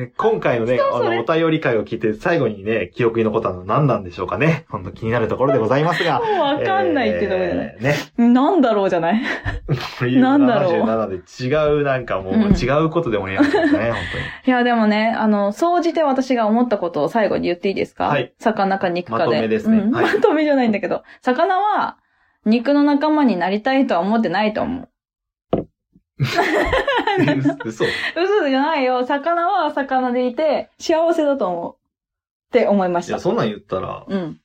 [SPEAKER 1] え今回のね、あ
[SPEAKER 2] うそれ
[SPEAKER 1] の、お便り会を聞いて、最後にね、記憶に残ったのは何なんでしょうかね。ほんと気になるところでございますが。
[SPEAKER 2] もう わかんないってとこじゃない。
[SPEAKER 1] えーね。
[SPEAKER 2] なんだろうじゃない
[SPEAKER 1] ボリュー
[SPEAKER 2] なん
[SPEAKER 1] ム
[SPEAKER 2] だろう
[SPEAKER 1] 77で違う、なんかもう、
[SPEAKER 2] うん
[SPEAKER 1] 違うことでもり上がってます ね、本
[SPEAKER 2] いや、でもね、あの、総じて私が思ったことを最後に言っていいですか
[SPEAKER 1] はい。
[SPEAKER 2] 魚か肉かで。
[SPEAKER 1] まとめですね
[SPEAKER 2] うん
[SPEAKER 1] はい
[SPEAKER 2] まとめじゃないんだけど、魚は肉の仲間になりたいとは思ってないと思う。
[SPEAKER 1] 当 に。嘘。
[SPEAKER 2] 嘘じゃないよ。魚は魚でいて幸せだと思う。って思いまし
[SPEAKER 1] いや、
[SPEAKER 2] た。
[SPEAKER 1] そんなん言ったら、
[SPEAKER 2] うん。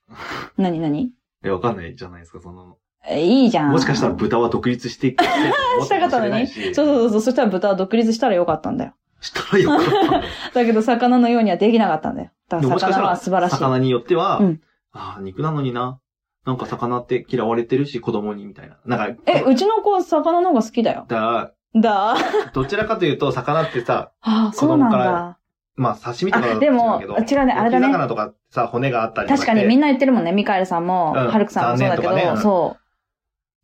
[SPEAKER 2] なになに
[SPEAKER 1] え、わかんないじゃないですか、そんなの。
[SPEAKER 2] えいいじゃん。
[SPEAKER 1] もしかしたら豚は独立していく。し
[SPEAKER 2] したかったのに。そうそうそう
[SPEAKER 1] う。
[SPEAKER 2] そう。そしたら豚は独立したらよかったんだよ。
[SPEAKER 1] したらよかったんだよ。
[SPEAKER 2] だけど魚のようにはできなかったんだよ。だ
[SPEAKER 1] で
[SPEAKER 2] か
[SPEAKER 1] も
[SPEAKER 2] ら
[SPEAKER 1] もしかした
[SPEAKER 2] 魚
[SPEAKER 1] ら
[SPEAKER 2] は素晴らしい。
[SPEAKER 1] 魚によっては、
[SPEAKER 2] うん
[SPEAKER 1] ああ、肉なのにな。なんか魚って嫌われてるし、子供にみたいな。なんか、
[SPEAKER 2] え、うちの子は魚の方が好きだよ。
[SPEAKER 1] だ
[SPEAKER 2] だ ー。
[SPEAKER 1] どちらかというと、魚ってさ、
[SPEAKER 2] ああ、そうなん
[SPEAKER 1] 子供か
[SPEAKER 2] だ。
[SPEAKER 1] まあ刺身とかだ
[SPEAKER 2] あ、
[SPEAKER 1] と違
[SPEAKER 2] で
[SPEAKER 1] う
[SPEAKER 2] も、
[SPEAKER 1] けど。
[SPEAKER 2] 違うね、あれ
[SPEAKER 1] 焼
[SPEAKER 2] だ
[SPEAKER 1] き
[SPEAKER 2] ね。
[SPEAKER 1] 魚とかさ、骨があったりとか
[SPEAKER 2] 確
[SPEAKER 1] して。
[SPEAKER 2] かにみんな言ってるもんね。ミカエルさんも、
[SPEAKER 1] うん
[SPEAKER 2] ハルクさんもそうだけど、
[SPEAKER 1] 残念とかね
[SPEAKER 2] そ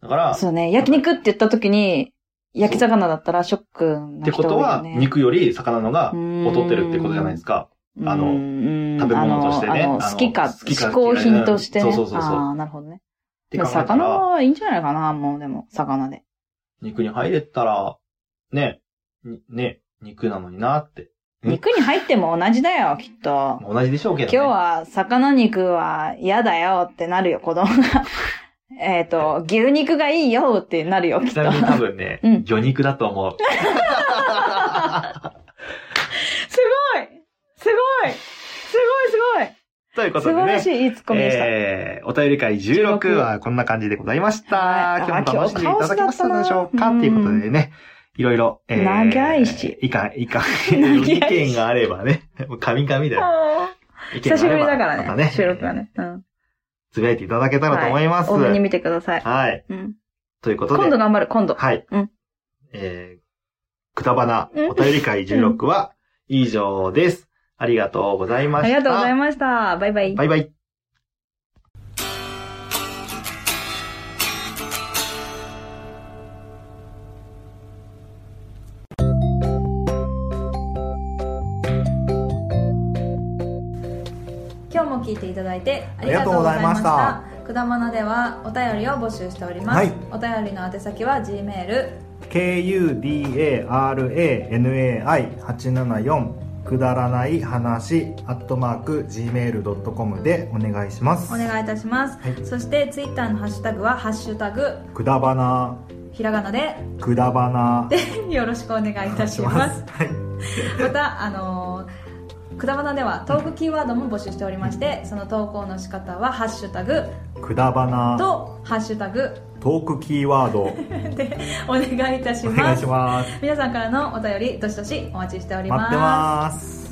[SPEAKER 1] だか
[SPEAKER 2] う。
[SPEAKER 1] ら、
[SPEAKER 2] そうね。焼肉って言った時に、焼き魚だったらショック
[SPEAKER 1] っ
[SPEAKER 2] な
[SPEAKER 1] て
[SPEAKER 2] 人
[SPEAKER 1] こ
[SPEAKER 2] 多
[SPEAKER 1] と
[SPEAKER 2] いよ
[SPEAKER 1] は、
[SPEAKER 2] ね。
[SPEAKER 1] 肉より魚のが
[SPEAKER 2] うーん
[SPEAKER 1] 劣ってるってことじゃないですか。あの
[SPEAKER 2] の
[SPEAKER 1] 食べ物としてね
[SPEAKER 2] あの、
[SPEAKER 1] あの
[SPEAKER 2] 好きか、
[SPEAKER 1] 好きか
[SPEAKER 2] 嗜好品として
[SPEAKER 1] う
[SPEAKER 2] ね。
[SPEAKER 1] んそうそうそうそう
[SPEAKER 2] ああ、なるほどね。
[SPEAKER 1] って
[SPEAKER 2] で
[SPEAKER 1] 考
[SPEAKER 2] も
[SPEAKER 1] えた
[SPEAKER 2] 魚
[SPEAKER 1] ら、
[SPEAKER 2] はいいんじゃないかな、もうでも、魚で。
[SPEAKER 1] 肉に入れたら、ね、にね、肉なのになって。うん
[SPEAKER 2] 肉に入っても同じだよ、きっと。
[SPEAKER 1] 同じでしょうけ
[SPEAKER 2] 今
[SPEAKER 1] ど
[SPEAKER 2] 日
[SPEAKER 1] ね。
[SPEAKER 2] は魚肉は嫌だよってなるよ、子供 が。えっと、牛肉がいいよってなるよ、きっ
[SPEAKER 1] ち
[SPEAKER 2] と
[SPEAKER 1] な。みに多分ね、
[SPEAKER 2] うん
[SPEAKER 1] 魚肉だと思う。
[SPEAKER 2] すごいすごいすごい
[SPEAKER 1] というこ
[SPEAKER 2] すご
[SPEAKER 1] とで
[SPEAKER 2] い素晴らし
[SPEAKER 1] ね。
[SPEAKER 2] いいいツッコミでした。
[SPEAKER 1] えー、お便り会16はこんな感じでございました。
[SPEAKER 2] はい
[SPEAKER 1] 今日も楽しんでいただけましたでしょうか
[SPEAKER 2] あ今
[SPEAKER 1] と
[SPEAKER 2] 日
[SPEAKER 1] いうこ
[SPEAKER 2] カオスだったな
[SPEAKER 1] とでね、いろいろ、えー、
[SPEAKER 2] 長いし
[SPEAKER 1] いかん、いかん、
[SPEAKER 2] 長いし
[SPEAKER 1] 意見があればね、もう神々だよ。
[SPEAKER 2] あ
[SPEAKER 1] 意
[SPEAKER 2] ー
[SPEAKER 1] 見が
[SPEAKER 2] 久
[SPEAKER 1] あ
[SPEAKER 2] しぶり
[SPEAKER 1] れば
[SPEAKER 2] だからね、
[SPEAKER 1] また
[SPEAKER 2] 収録はね。うん。
[SPEAKER 1] つぶやいていただけたらと思います。
[SPEAKER 2] 多め
[SPEAKER 1] は
[SPEAKER 2] に
[SPEAKER 1] い。
[SPEAKER 2] 見てください。うん、
[SPEAKER 1] ということで。
[SPEAKER 2] 今度頑張る、今度。
[SPEAKER 1] はい。
[SPEAKER 2] うん
[SPEAKER 1] えー、くたばなお便り会16は以上です。ありがとうございま
[SPEAKER 2] あ
[SPEAKER 1] した。
[SPEAKER 2] りがとうござい
[SPEAKER 1] ま
[SPEAKER 2] ました。バイバイ。
[SPEAKER 1] バイバイ。
[SPEAKER 2] 今日も聞いていただいてあり
[SPEAKER 1] り
[SPEAKER 2] が
[SPEAKER 1] が
[SPEAKER 2] と
[SPEAKER 1] と
[SPEAKER 2] う
[SPEAKER 1] うご
[SPEAKER 2] ござ
[SPEAKER 1] ざ
[SPEAKER 2] い
[SPEAKER 1] い
[SPEAKER 2] ま
[SPEAKER 1] ま
[SPEAKER 2] し
[SPEAKER 1] したた
[SPEAKER 2] くだまなではお便りを募集しております、
[SPEAKER 1] はい
[SPEAKER 2] お便りの宛先は G メール
[SPEAKER 1] kudaranai874 くだらない話アットマーク gmail.com でお願いします
[SPEAKER 2] お願いいたします、
[SPEAKER 1] はい
[SPEAKER 2] そしてツイッターのハッシュタグは「ハッシュタグ
[SPEAKER 1] くだばな
[SPEAKER 2] ひらがなで
[SPEAKER 1] くだばな」
[SPEAKER 2] でよろしくお願いいたします
[SPEAKER 1] はい
[SPEAKER 2] またあのーくだばなではトークキーワードも募集しておりましてその投稿の仕方は「ハッシュタグ
[SPEAKER 1] くだば」な
[SPEAKER 2] と「ハッシュタグ
[SPEAKER 1] トークキーワード」
[SPEAKER 2] で お願いいたし
[SPEAKER 1] お
[SPEAKER 2] ま
[SPEAKER 1] 願い
[SPEAKER 2] す
[SPEAKER 1] します
[SPEAKER 2] 皆さんからのお便りどしどしお待ちしており
[SPEAKER 1] 待ってます